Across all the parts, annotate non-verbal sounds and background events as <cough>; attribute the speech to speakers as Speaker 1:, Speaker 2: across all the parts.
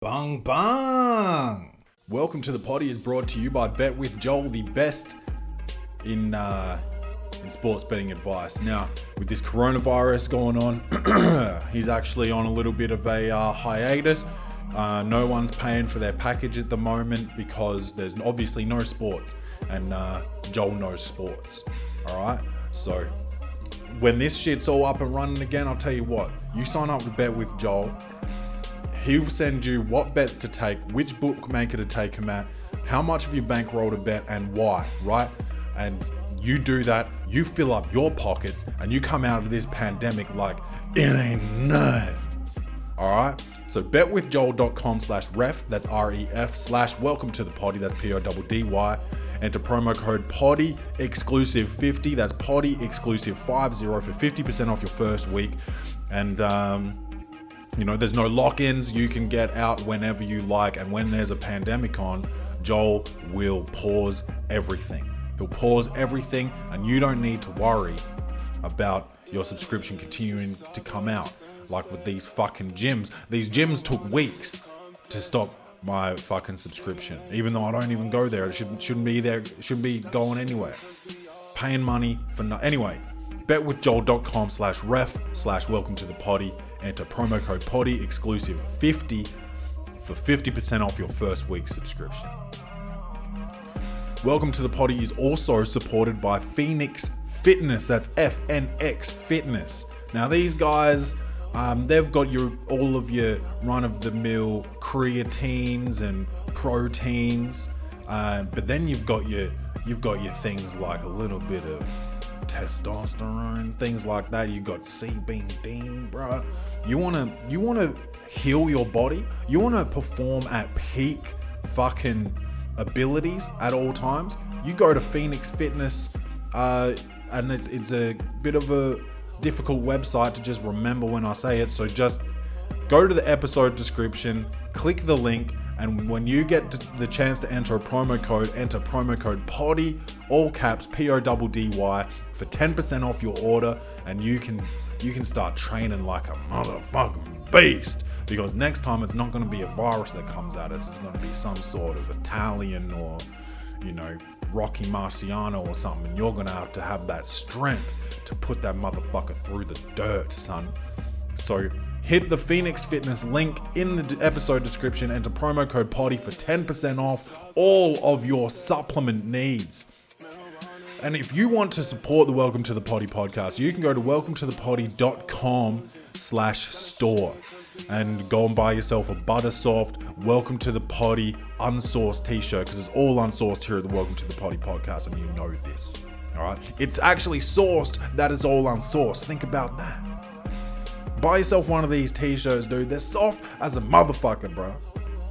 Speaker 1: Bung bung! Welcome to the potty is brought to you by Bet with Joel, the best in uh, in sports betting advice. Now, with this coronavirus going on, <clears throat> he's actually on a little bit of a uh, hiatus. Uh, no one's paying for their package at the moment because there's obviously no sports, and uh, Joel knows sports. All right, so when this shit's all up and running again, I'll tell you what. You sign up to Bet with Joel. He'll send you what bets to take, which bookmaker to take them at, how much of your bankroll to bet, and why, right? And you do that, you fill up your pockets, and you come out of this pandemic like, it ain't none. All right? So betwithjoel.com slash ref, that's R E F, slash welcome to the potty, that's P O D D Y. Enter promo code potty exclusive 50, that's potty exclusive 50 for 50% off your first week. And, um, you know, there's no lock ins. You can get out whenever you like. And when there's a pandemic on, Joel will pause everything. He'll pause everything, and you don't need to worry about your subscription continuing to come out. Like with these fucking gyms. These gyms took weeks to stop my fucking subscription, even though I don't even go there. It shouldn't, shouldn't be there, it shouldn't be going anywhere. Paying money for no. Anyway, betwithjoel.com slash ref slash welcome to the potty. Enter promo code potty exclusive 50 for 50% off your first week's subscription. Welcome to the Potty is also supported by Phoenix Fitness. That's FNX Fitness. Now these guys, um, they've got your all of your run-of-the-mill creatines and proteins, uh, but then you've got your you've got your things like a little bit of testosterone, things like that. You've got CBD, bro. You wanna you wanna heal your body. You wanna perform at peak fucking abilities at all times. You go to Phoenix Fitness, uh, and it's it's a bit of a difficult website to just remember when I say it. So just go to the episode description, click the link, and when you get t- the chance to enter a promo code, enter promo code PODDY, all caps P O D D Y, for 10% off your order, and you can you can start training like a motherfucking beast because next time it's not going to be a virus that comes at us. It's going to be some sort of Italian or, you know, Rocky Marciano or something. And you're going to have to have that strength to put that motherfucker through the dirt, son. So hit the Phoenix Fitness link in the d- episode description. Enter promo code POTTY for 10% off all of your supplement needs. And if you want to support the Welcome to the Potty podcast, you can go to welcometothepotty.com slash store and go and buy yourself a Buttersoft Welcome to the Potty unsourced t-shirt because it's all unsourced here at the Welcome to the Potty podcast and you know this. All right. It's actually sourced. That is all unsourced. Think about that. Buy yourself one of these t-shirts, dude. They're soft as a motherfucker, bro.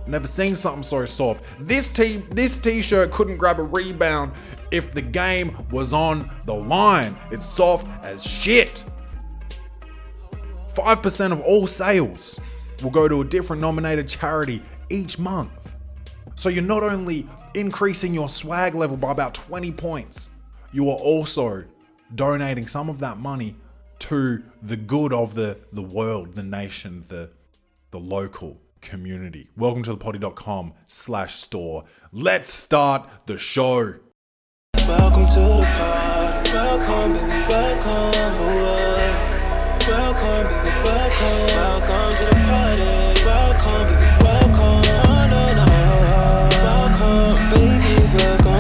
Speaker 1: Never seen something so soft. This t this t-shirt couldn't grab a rebound if the game was on the line. It's soft as shit. 5% of all sales will go to a different nominated charity each month. So you're not only increasing your swag level by about 20 points, you are also donating some of that money to the good of the, the world, the nation, the the local community. Welcome to the potty.com slash store. Let's start the show.
Speaker 2: Welcome to the pod. Welcome, baby, welcome. Oh, welcome, baby, welcome. Welcome to the party. Welcome, baby, welcome. Oh, no, no. Welcome, baby, welcome.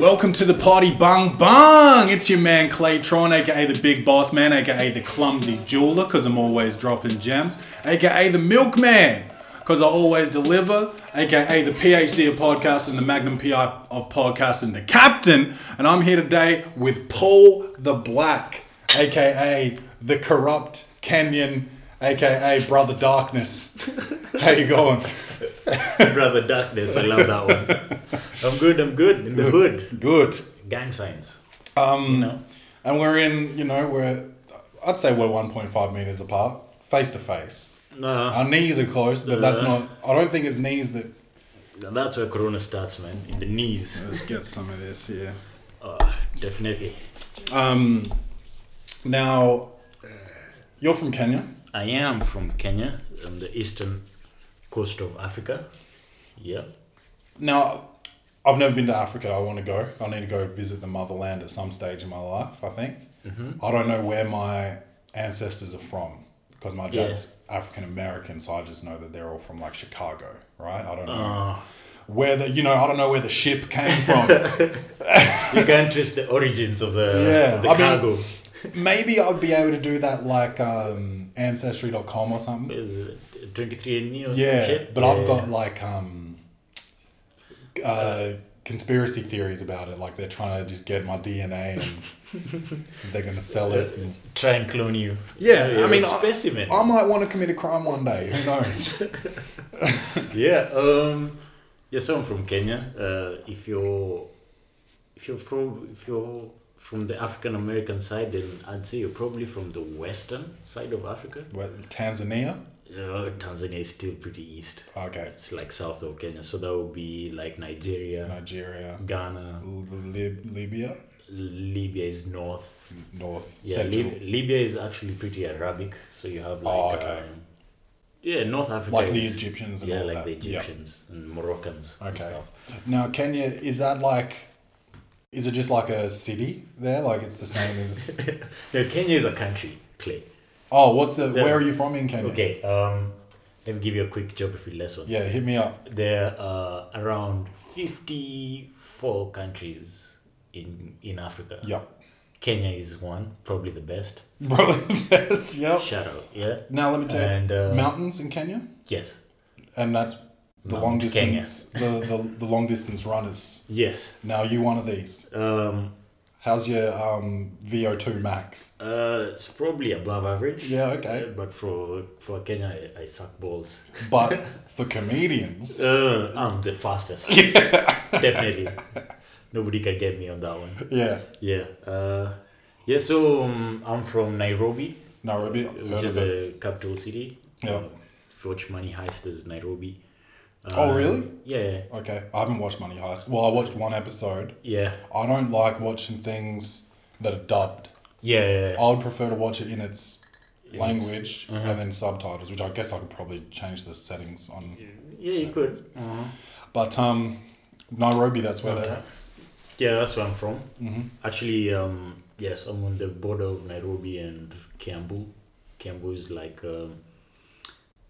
Speaker 1: Welcome to the party, bung bung. It's your man Claytron, aka the Big Boss Man, aka the Clumsy Jeweler, cause I'm always dropping gems, aka the Milkman, cause I always deliver, aka the PhD of podcasts and the Magnum PI of podcasts and the Captain. And I'm here today with Paul the Black, aka the corrupt Kenyan, aka Brother Darkness. How you going?
Speaker 3: Brother Darkness, I love that one. I'm good, I'm good. In the hood.
Speaker 1: Good.
Speaker 3: Gang signs.
Speaker 1: Um,
Speaker 3: You know?
Speaker 1: And we're in, you know, we're, I'd say we're 1.5 meters apart, face to face.
Speaker 3: Nah,
Speaker 1: Our knees are close, but that's
Speaker 3: Uh.
Speaker 1: not, I don't think it's knees that.
Speaker 3: that's where Corona starts, man. In the knees.
Speaker 1: Let's get some of this here.
Speaker 3: Oh, definitely.
Speaker 1: Um, now, you're from Kenya.
Speaker 3: I am from Kenya, on the eastern
Speaker 4: coast of Africa. Yeah.
Speaker 1: Now, I've never been to Africa. I want to go. I need to go visit the motherland at some stage in my life, I think. I don't know where my ancestors are from because my
Speaker 4: Yeah.
Speaker 1: dad's African American, so I just know that they're all from like Chicago, right? I don't know.
Speaker 4: Uh,
Speaker 1: where the, you know, I don't know where the ship came from.
Speaker 4: you can trace the origins of the,
Speaker 1: Yeah,
Speaker 4: of the
Speaker 1: I mean-
Speaker 4: cargo.
Speaker 1: Maybe I'd be able to do that like um, ancestry.com or something.
Speaker 4: Is it 23andMe or some
Speaker 1: Yeah,
Speaker 4: shit.
Speaker 1: but I've
Speaker 4: Yeah.
Speaker 1: got like um, uh, conspiracy theories about it. Like they're trying to just get my DNA and
Speaker 4: <laughs>
Speaker 1: they're going to sell it. and-
Speaker 4: Try and clone you.
Speaker 1: Yeah, I
Speaker 4: You're
Speaker 1: mean,
Speaker 4: a
Speaker 1: I-
Speaker 4: specimen.
Speaker 1: I might want to commit a crime one day. Who
Speaker 4: <laughs>
Speaker 1: knows?
Speaker 4: yeah. Um, yeah. So I'm from Kenya. Uh, if you're if you're from if you're from the African American side, then I'd say you're probably from the western side of Africa.
Speaker 1: Well, Tanzania.
Speaker 4: Uh, Tanzania is still pretty east.
Speaker 1: Okay,
Speaker 4: It's like south of Kenya, so that would be like Nigeria,
Speaker 1: Nigeria,
Speaker 4: Ghana,
Speaker 1: L- Lib- Libya,
Speaker 4: Libya is north.
Speaker 1: North,
Speaker 4: Yeah,
Speaker 1: Central.
Speaker 4: Lib- Libya is actually pretty Arabic, so you have like
Speaker 1: Oh, okay.
Speaker 4: um, yeah, North Africa.
Speaker 1: like the
Speaker 4: is-
Speaker 1: Egyptians and
Speaker 4: Yeah,
Speaker 1: all
Speaker 4: like
Speaker 1: that.
Speaker 4: the
Speaker 1: Yeah.
Speaker 4: Egyptians and Moroccans and
Speaker 1: Okay.
Speaker 4: stuff.
Speaker 1: Now, Kenya is that like? Is it just like a city there? Like it's the same
Speaker 4: <laughs>
Speaker 1: as?
Speaker 4: No, Kenya is a country, Clay.
Speaker 1: Oh, what's the?
Speaker 4: Yeah.
Speaker 1: Where are you from in Kenya?
Speaker 4: Okay, um, let me give you a quick geography lesson.
Speaker 1: Yeah, hit me up.
Speaker 4: There are around 54 countries in, in Africa.
Speaker 1: <laughs> Yep.
Speaker 4: Kenya is one, probably the best.
Speaker 1: Probably the best. Yep.
Speaker 4: Shout out, yeah?
Speaker 1: Now let me tell you,
Speaker 4: And, uh,
Speaker 1: mountains in Kenya,
Speaker 4: Yes,
Speaker 1: and that's the
Speaker 4: Mount
Speaker 1: long
Speaker 4: Kenya.
Speaker 1: distance. <laughs> The, the the long distance runners.
Speaker 4: yes.
Speaker 1: Now you one of these.
Speaker 4: Um,
Speaker 1: How's your um VO two max?
Speaker 4: uh, it's probably above average.
Speaker 1: Yeah, okay.
Speaker 4: But for for Kenya, I, I suck balls.
Speaker 1: But for
Speaker 4: <laughs>
Speaker 1: comedians,
Speaker 4: Uh, I'm the fastest.
Speaker 1: <laughs>
Speaker 4: Definitely. Nobody can get me on that one.
Speaker 1: yeah,
Speaker 4: Yeah. Uh, yeah, so um, I'm from Nairobi,
Speaker 1: Nairobi,
Speaker 4: which
Speaker 1: heard
Speaker 4: is
Speaker 1: of it.
Speaker 4: the capital city.
Speaker 1: Uh-huh. Yeah.
Speaker 4: Um, if you watch Money Heist is Nairobi.
Speaker 1: Oh,
Speaker 4: Um,
Speaker 1: really?
Speaker 4: Yeah.
Speaker 1: Okay, I haven't watched Money Heist. Well, I watched one episode.
Speaker 4: Yeah.
Speaker 1: I don't like watching things that are dubbed.
Speaker 4: Yeah.
Speaker 1: I would prefer to watch it in its language
Speaker 4: Uh-huh.
Speaker 1: and then subtitles, which I guess I could probably change the settings on.
Speaker 4: Yeah, you could. Uh-huh.
Speaker 1: But um, Nairobi, that's where they're. at.
Speaker 4: Yeah, that's where I'm from. Mm-hmm. Actually, um, yes, I'm on the border of Nairobi and Kiambu. Kiambu is like um,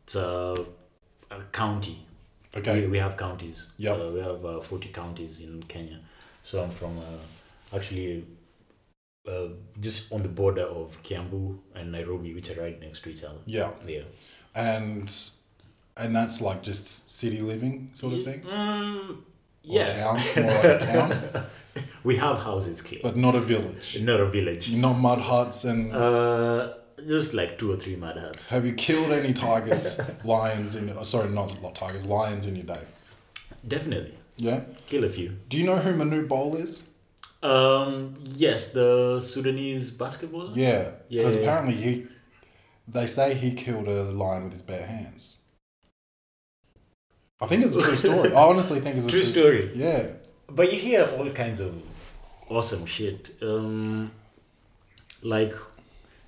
Speaker 4: it's a, a county.
Speaker 1: Okay.
Speaker 4: We, we have counties.
Speaker 1: Yep.
Speaker 4: Uh, we have uh, 40 counties in Kenya. So I'm from uh, actually uh, just on the border of Kiambu and Nairobi, which are right next to each other.
Speaker 1: Yeah,
Speaker 4: Yeah.
Speaker 1: and and that's like just city living sort of thing.
Speaker 4: Mm,
Speaker 1: Or
Speaker 4: yes.
Speaker 1: town, more like a
Speaker 4: <laughs>
Speaker 1: town,
Speaker 4: We have houses, clear.
Speaker 1: but Mm. not a village.
Speaker 4: Not a village.
Speaker 1: Not mud huts and.
Speaker 4: Uh, just like two or three mud huts.
Speaker 1: have you killed any
Speaker 4: <laughs>
Speaker 1: tigers, lions in? Oh, sorry, not not tigers, lions in your day?
Speaker 4: Definitely.
Speaker 1: Yeah.
Speaker 4: Kill a few.
Speaker 1: Do you know who Manu Bol is?
Speaker 4: Um, yes, the Sudanese basketballer.
Speaker 1: Yeah.
Speaker 4: Yeah,
Speaker 1: Because
Speaker 4: yeah, yeah.
Speaker 1: apparently he, they say he killed a lion with his bare hands. I think it's a true story. I honestly think it's a
Speaker 4: True story.
Speaker 1: Yeah.
Speaker 4: But you hear all kinds of awesome shit. Um, like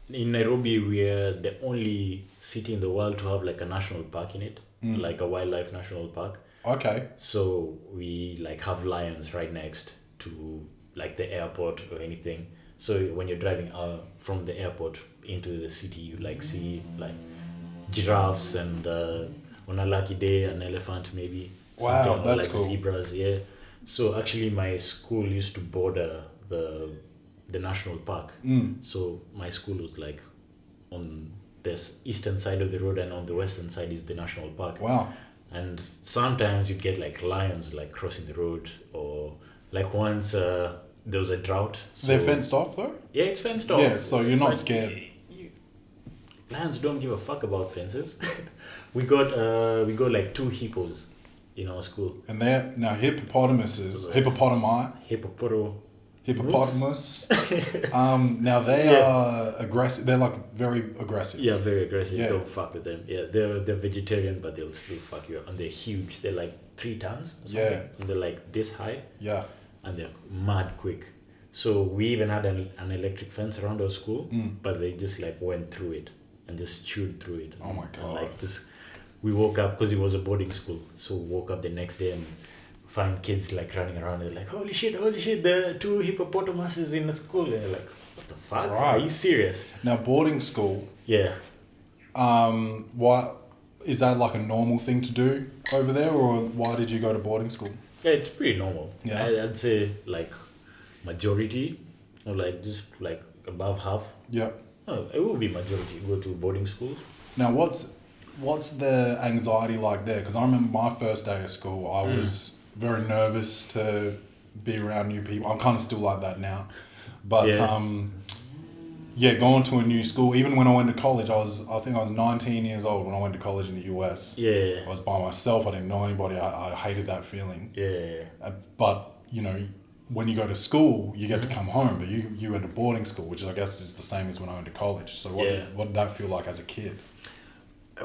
Speaker 4: in Nairobi, we're the only city in the world to have like a national park in it, like a wildlife national park.
Speaker 1: Okay.
Speaker 4: So we like have lions right next to like the airport or anything. So when you're driving uh, from the airport into the city, you
Speaker 1: Mm-hmm.
Speaker 4: like see like giraffes and uh, on a lucky day an elephant maybe.
Speaker 1: Wow,
Speaker 4: Something, or,
Speaker 1: that's
Speaker 4: like
Speaker 1: cool.
Speaker 4: Zebras, yeah. So actually, my school used to border the the national park.
Speaker 1: Mm.
Speaker 4: So my school was like on the s- eastern side of the road, and on the western side is the national park
Speaker 1: Wow.
Speaker 4: and sometimes you'd get like lions like crossing the road or like once uh, there was a drought so
Speaker 1: They're fenced off though.
Speaker 4: yeah it's fenced off
Speaker 1: Yeah, so you're not
Speaker 4: But
Speaker 1: scared.
Speaker 4: you- lions don't give a fuck about fences <laughs> we got uh, we got like two hippos in our school
Speaker 1: And they're now hippopotamuses, hippopotami,
Speaker 4: hippopotamo <laughs>
Speaker 1: hippopotamus. um, now they
Speaker 4: Yeah.
Speaker 1: are aggressive. They're like very aggressive.
Speaker 4: yeah very aggressive
Speaker 1: Yeah.
Speaker 4: don't fuck with them yeah they're they're vegetarian but they'll still fuck you up and they're huge they're like three tons or something.
Speaker 1: Yeah.
Speaker 4: and they're like this high
Speaker 1: Yeah.
Speaker 4: and they're mad quick. So we even had an, an electric fence around our
Speaker 1: Mm.
Speaker 4: school, but they just like went through it and just chewed through it.
Speaker 1: Oh my
Speaker 4: And,
Speaker 1: God.
Speaker 4: like just we woke up because it was a boarding school. So we woke up the next day and find kids like running around. They're like, "Holy shit! Holy shit! There are two hippopotamuses in the school." They're like, "What the fuck? Are
Speaker 5: Right.
Speaker 4: you serious?"
Speaker 1: Now, boarding school,
Speaker 4: Yeah.
Speaker 1: um, why is that like a normal thing to do over there, or why did you go to boarding school?
Speaker 4: Yeah, it's pretty normal.
Speaker 1: Yeah.
Speaker 4: I, I'd say like majority or like just like above half.
Speaker 1: Yeah.
Speaker 4: No, it will be majority go to boarding schools.
Speaker 1: Now, what's what's the anxiety like there? Because I remember my first day of school, I
Speaker 4: Mm.
Speaker 1: was very nervous to be around new people. I'm kind of still like that now, but
Speaker 4: Yeah.
Speaker 1: um, yeah, going to a new school. Even when I went to college, I was I think I was 19 years old when I went to college in the US. I
Speaker 4: Yeah.
Speaker 1: was by myself. I didn't know anybody. I, I hated that feeling.
Speaker 4: Yeah.
Speaker 1: Uh, but you know, when you go to school, you get
Speaker 4: Mm-hmm.
Speaker 1: to come home. But you you went to boarding school, which I guess is the same as when I went to college. So what
Speaker 4: Yeah.
Speaker 1: did, what did that feel like as a kid?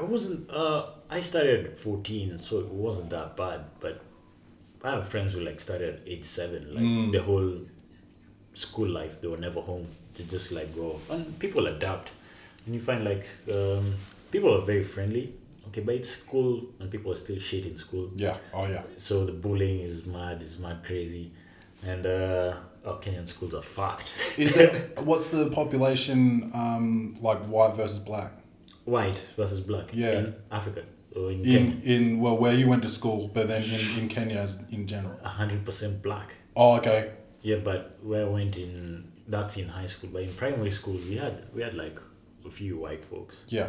Speaker 4: I wasn't. Uh, I started at fourteen, so it wasn't that bad. But I have friends who like started at age seven. Like
Speaker 1: Hmm.
Speaker 4: the whole school life, they were never home. They just like go, and people adapt. And you find like um, people are very friendly. Okay, but it's school, and people are still shit in school.
Speaker 1: Yeah. Oh yeah.
Speaker 4: So the bullying is mad. Is mad crazy, and uh, oh, Kenyan schools are fucked.
Speaker 1: Is it what's the population um, like white versus black
Speaker 4: <laughs> White versus black
Speaker 1: Yeah.
Speaker 4: in Africa or in, Kenya.
Speaker 1: in in well where you went to school, but then in, in Kenya as in general?
Speaker 4: hundred percent black.
Speaker 1: Oh okay.
Speaker 4: Yeah, but where I went in that's in high school, but in primary school we had we had like a few white folks.
Speaker 1: Yeah.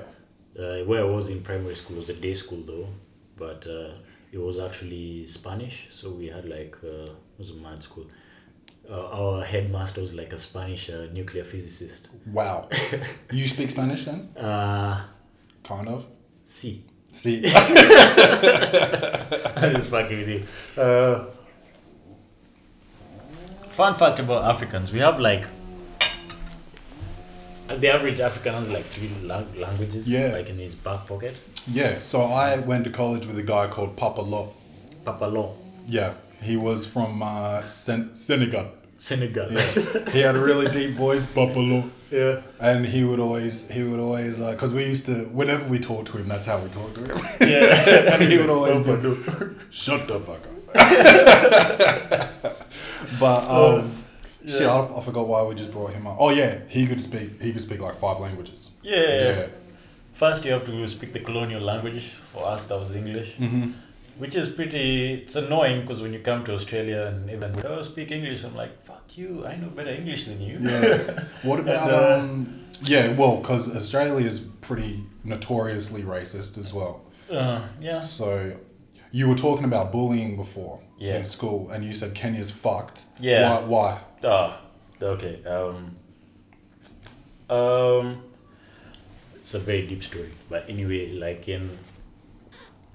Speaker 4: Uh, where I was in primary school was a day school though, but uh, it was actually Spanish, so we had like uh, it was a mad school. Uh, our headmaster was like a Spanish uh, nuclear physicist.
Speaker 1: Wow.
Speaker 4: <laughs>
Speaker 1: you speak Spanish then?
Speaker 4: Uh,
Speaker 1: Kind of.
Speaker 4: see,
Speaker 1: See. <laughs>
Speaker 4: I'm just fucking with you. Uh, fun fact about Africans: we have like the average African has like three lang- languages,
Speaker 1: Yeah.
Speaker 4: like in his back pocket.
Speaker 1: yeah. So I went to college with a guy called Papa Lot.
Speaker 4: Papalon,
Speaker 1: Yeah, he was from uh, Sen- Senegal.
Speaker 4: Senegal.
Speaker 1: Yeah. he had a really deep voice, Papalo.
Speaker 4: yeah.
Speaker 1: And he would always, he would always, because we used to, whenever we talked to him, that's how we talked to him.
Speaker 4: yeah.
Speaker 1: and he would always go, <laughs> shut the fuck up. but,
Speaker 4: Oh,
Speaker 1: um, shit, I, I forgot why we just brought him up. Oh, yeah, he could speak, he could speak like five languages.
Speaker 4: <laughs> Yeah. First, you have to speak the colonial language. For us, that was English,
Speaker 1: Mhm.
Speaker 4: which is pretty. It's annoying because when you come to Australia and even oh, speak English, I'm like, fuck you. I know better English than you.
Speaker 1: Yeah.
Speaker 4: <laughs>
Speaker 1: What about,
Speaker 4: uh,
Speaker 1: um, yeah, well, because Australia is pretty notoriously racist as well.
Speaker 4: Uh, yeah.
Speaker 1: So, you were talking about bullying before
Speaker 4: Yeah.
Speaker 1: in school, and you said Kenya's fucked.
Speaker 4: Yeah.
Speaker 1: Why? why?
Speaker 4: Ah, okay. Um, um, it's a very deep story, but anyway, like in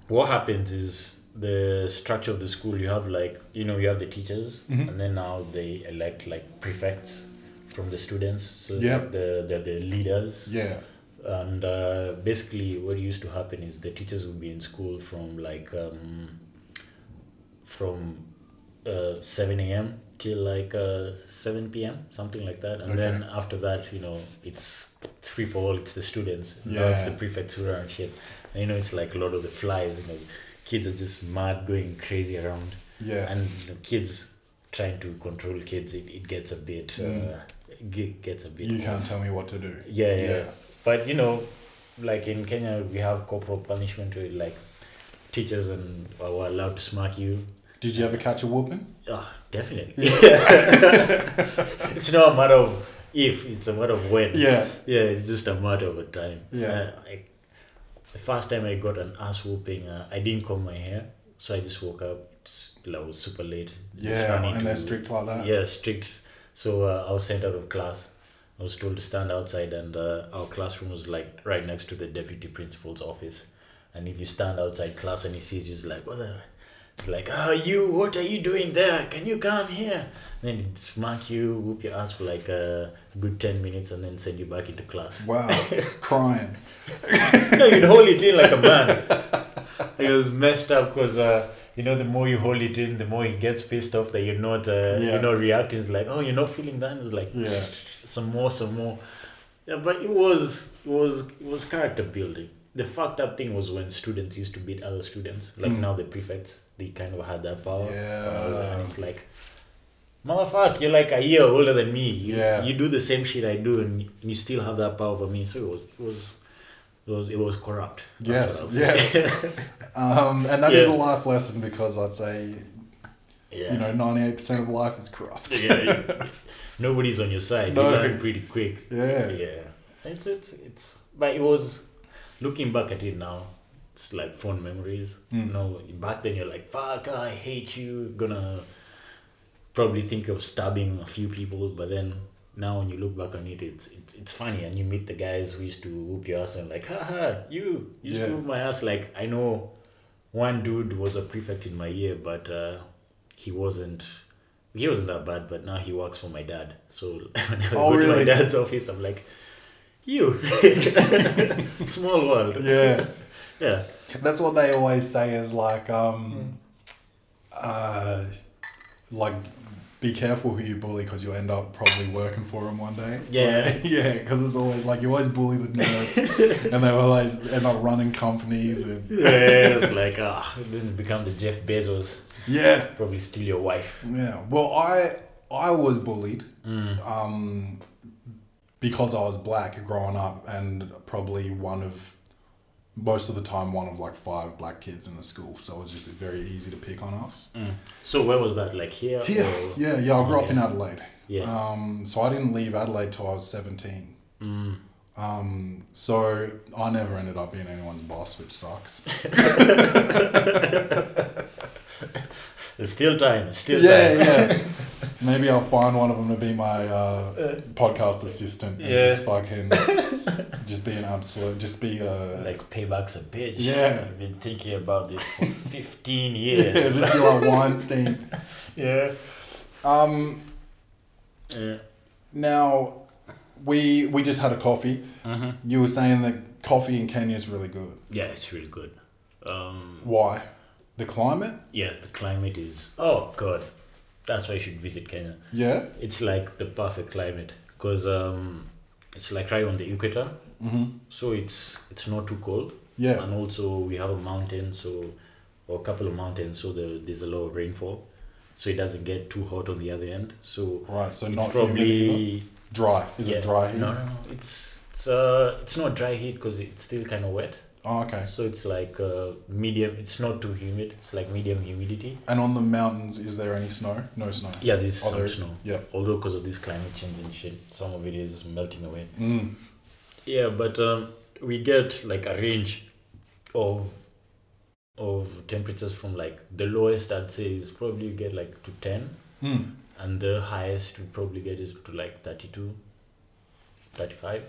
Speaker 4: what happens is the structure of the school. You have like you know you have the teachers, and then now they elect like prefects from the students. So
Speaker 1: Yeah.
Speaker 4: the they're the leaders.
Speaker 1: Yeah.
Speaker 4: And uh, basically, what used to happen is the teachers would be in school from like um, from uh, seven a.m. till like uh, seven p.m. something like that. And then
Speaker 1: Okay.
Speaker 4: after that, you know, it's it's free for all. It's the students. Yeah. it's
Speaker 1: Yeah.
Speaker 4: the prefects who and shit. And you know, it's like a lot of the flies. You know, kids are just mad, going crazy around
Speaker 1: Yeah.
Speaker 4: and you know, kids trying to control kids. It, it gets a bit
Speaker 1: Mm.
Speaker 4: uh, it gets a bit
Speaker 1: you can't tell me what to do.
Speaker 4: yeah, yeah.
Speaker 1: Yeah.
Speaker 4: But you know, like in Kenya, we have corporal punishment where like teachers and uh, are allowed to smack you.
Speaker 1: Did you ever catch a whooping?
Speaker 4: Ah, definitely. <laughs> it's not a matter of if; it's a matter of when.
Speaker 1: Yeah.
Speaker 4: Yeah, it's just a matter of time.
Speaker 1: Yeah.
Speaker 4: Uh, I, the first time I got an ass whooping, uh, I didn't comb my hair, so I just woke up. It's, I was super late. Just
Speaker 1: Yeah,
Speaker 4: running
Speaker 1: and they're
Speaker 4: to-
Speaker 1: strict like that.
Speaker 4: yeah, strict. So uh, I was sent out of class. I was told to stand outside, and uh, our classroom was like right next to the deputy principal's office. And if you stand outside class and he sees you, he's like, "What the?" It's like, "Ah, you! What are you doing there? Can you come here?" then he'd smack you, whoop your ass for like a good ten minutes, and then send you back into class.
Speaker 1: Wow.
Speaker 4: <laughs>
Speaker 1: Crying.
Speaker 4: no, you'd hold it in like a man. It was messed up because uh, you know the more you hold it in, the more he gets pissed off that you're not uh,
Speaker 1: Yeah.
Speaker 4: you're not reacting. It's like, oh, you're not feeling that. It's like <sniffs>
Speaker 1: Yeah.
Speaker 4: some more, some more. Yeah, but it was it was it was character building. the fucked up thing was when students used to beat other students. Like now the prefects, they kind of had that power.
Speaker 1: Hmm.
Speaker 4: Uh,
Speaker 1: Yeah.
Speaker 4: and it's like, motherfucker, you're like a year older than me. You,
Speaker 1: Yeah.
Speaker 4: You do the same shit I do, and you still have that power over me. So it was, it was, it was, it was corrupt.
Speaker 1: Yes,
Speaker 4: That's what I'll
Speaker 1: yes.
Speaker 4: <laughs> say.
Speaker 1: Um, and that is
Speaker 4: Yeah.
Speaker 1: a life lesson because I'd say
Speaker 4: yeah.
Speaker 1: you know ninety eight percent of life is corrupt.
Speaker 4: yeah. <laughs> you- Nobody's on your side.
Speaker 1: No.
Speaker 4: You learn pretty quick.
Speaker 1: <laughs> Yeah.
Speaker 4: Yeah. It's it's it's but it was looking back at it now, it's like fond memories.
Speaker 1: Hmm.
Speaker 4: You know, back then you're like, fuck, I hate you, gonna probably think of stabbing a few people, but then now when you look back on it, it's it's, it's funny and you meet the guys who used to whoop your ass and like, haha, you you used
Speaker 1: Yeah.
Speaker 4: to whoop my ass like I know one dude was a prefect in my year, but uh, he wasn't he wasn't that bad, but now he works for my dad. So <laughs> when I
Speaker 1: Oh,
Speaker 4: go to my
Speaker 1: really?
Speaker 4: dad's office, I'm like, you. <laughs> Small world.
Speaker 1: yeah.
Speaker 4: Yeah.
Speaker 1: That's what they always say is like, um,
Speaker 4: Mm-hmm.
Speaker 1: uh, like, be careful who you bully because you'll end up probably working for them one day.
Speaker 4: Yeah.
Speaker 1: <laughs> Like, yeah, because it's always like you always bully the
Speaker 4: <laughs>
Speaker 1: nerds and they always end up running companies and
Speaker 4: yeah <laughs> it's like, ah, didn't become the Jeff Bezos.
Speaker 1: yeah,
Speaker 4: Probably steal your wife.
Speaker 1: yeah. Well, I I was bullied, um, because I was black growing up and probably one of most of the time one of like five black kids in the school, so it was just very easy to pick on us.
Speaker 4: So where was that? Like here?
Speaker 1: Yeah,
Speaker 4: Or?
Speaker 1: yeah, yeah. I grew up
Speaker 4: Okay.
Speaker 1: in Adelaide.
Speaker 4: Yeah.
Speaker 1: Um, so I didn't leave Adelaide till I was seventeen. Um, so I never ended up being anyone's boss, which sucks.
Speaker 4: There's still time. It's still
Speaker 1: yeah,
Speaker 4: time. <laughs>
Speaker 1: yeah. Maybe I'll find one of them to be my uh, podcast assistant and
Speaker 4: Yeah.
Speaker 1: just
Speaker 4: <laughs>
Speaker 1: fucking just be an absolute, just be uh, a
Speaker 4: Like payback's a bitch.
Speaker 1: Yeah.
Speaker 4: I've been thinking about this for <laughs> 15
Speaker 1: <laughs> yeah, <laughs>
Speaker 4: years.
Speaker 1: just be like Weinstein.
Speaker 4: yeah.
Speaker 1: Um,
Speaker 4: Yeah.
Speaker 1: now we we just had a coffee.
Speaker 4: Mm-hmm.
Speaker 1: You were saying that coffee in Kenya is really good.
Speaker 4: Yeah, it's really good. Um,
Speaker 1: Why? The climate?
Speaker 4: yes, the climate is. Oh, God. That's why you should visit Kenya.
Speaker 1: Yeah.
Speaker 4: It's like the perfect climate because um, it's like right on the equator. Mm-hmm. So it's it's not too cold.
Speaker 1: Yeah.
Speaker 4: And also we have a mountain, so or a couple of mountains, so there, there's a lot of rainfall. So it doesn't get too hot on the other end. So
Speaker 1: Right, so
Speaker 4: it's
Speaker 1: not humid either.
Speaker 4: probably
Speaker 1: Dry. Is
Speaker 4: yeah,
Speaker 1: it dry here?
Speaker 4: No, no, no. It's it's uh it's not dry heat because it's still kind of wet.
Speaker 1: Oh, okay.
Speaker 4: So it's like uh, medium. It's not too humid. It's like medium humidity.
Speaker 1: And on the mountains, is there any snow? No snow.
Speaker 4: Yeah, there's
Speaker 1: Oh,
Speaker 4: some
Speaker 1: there-
Speaker 4: snow.
Speaker 1: yeah.
Speaker 4: Although because of this climate change and shit, some of it is melting away.
Speaker 1: Mm.
Speaker 4: Yeah, but um, we get like a range of of temperatures from like the lowest I'd say is probably you get like to ten,
Speaker 1: Mm.
Speaker 4: and the highest you probably get is to like 32, 35.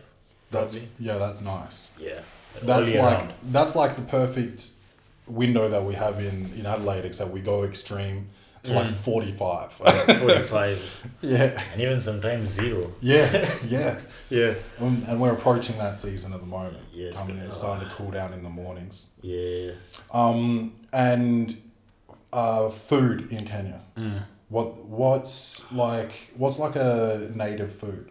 Speaker 1: That's
Speaker 4: Probably.
Speaker 1: yeah, that's nice.
Speaker 4: Yeah. all
Speaker 1: That's
Speaker 4: year
Speaker 1: like
Speaker 4: round.
Speaker 1: that's like the perfect window that we have in in Adelaide, except we go extreme to like
Speaker 4: Mm.
Speaker 1: forty five.
Speaker 4: <laughs>
Speaker 1: <laughs>
Speaker 4: forty-five,
Speaker 1: yeah,
Speaker 4: and even sometimes zero.
Speaker 1: yeah, yeah.
Speaker 4: Yeah.
Speaker 1: Um, And we're approaching that season at the moment.
Speaker 4: Yeah, it's
Speaker 1: coming,
Speaker 4: good.
Speaker 1: it's starting to cool down in the mornings.
Speaker 4: Yeah.
Speaker 1: Um, and uh, food in Kenya.
Speaker 4: Mm.
Speaker 1: What what's like what's like a native food?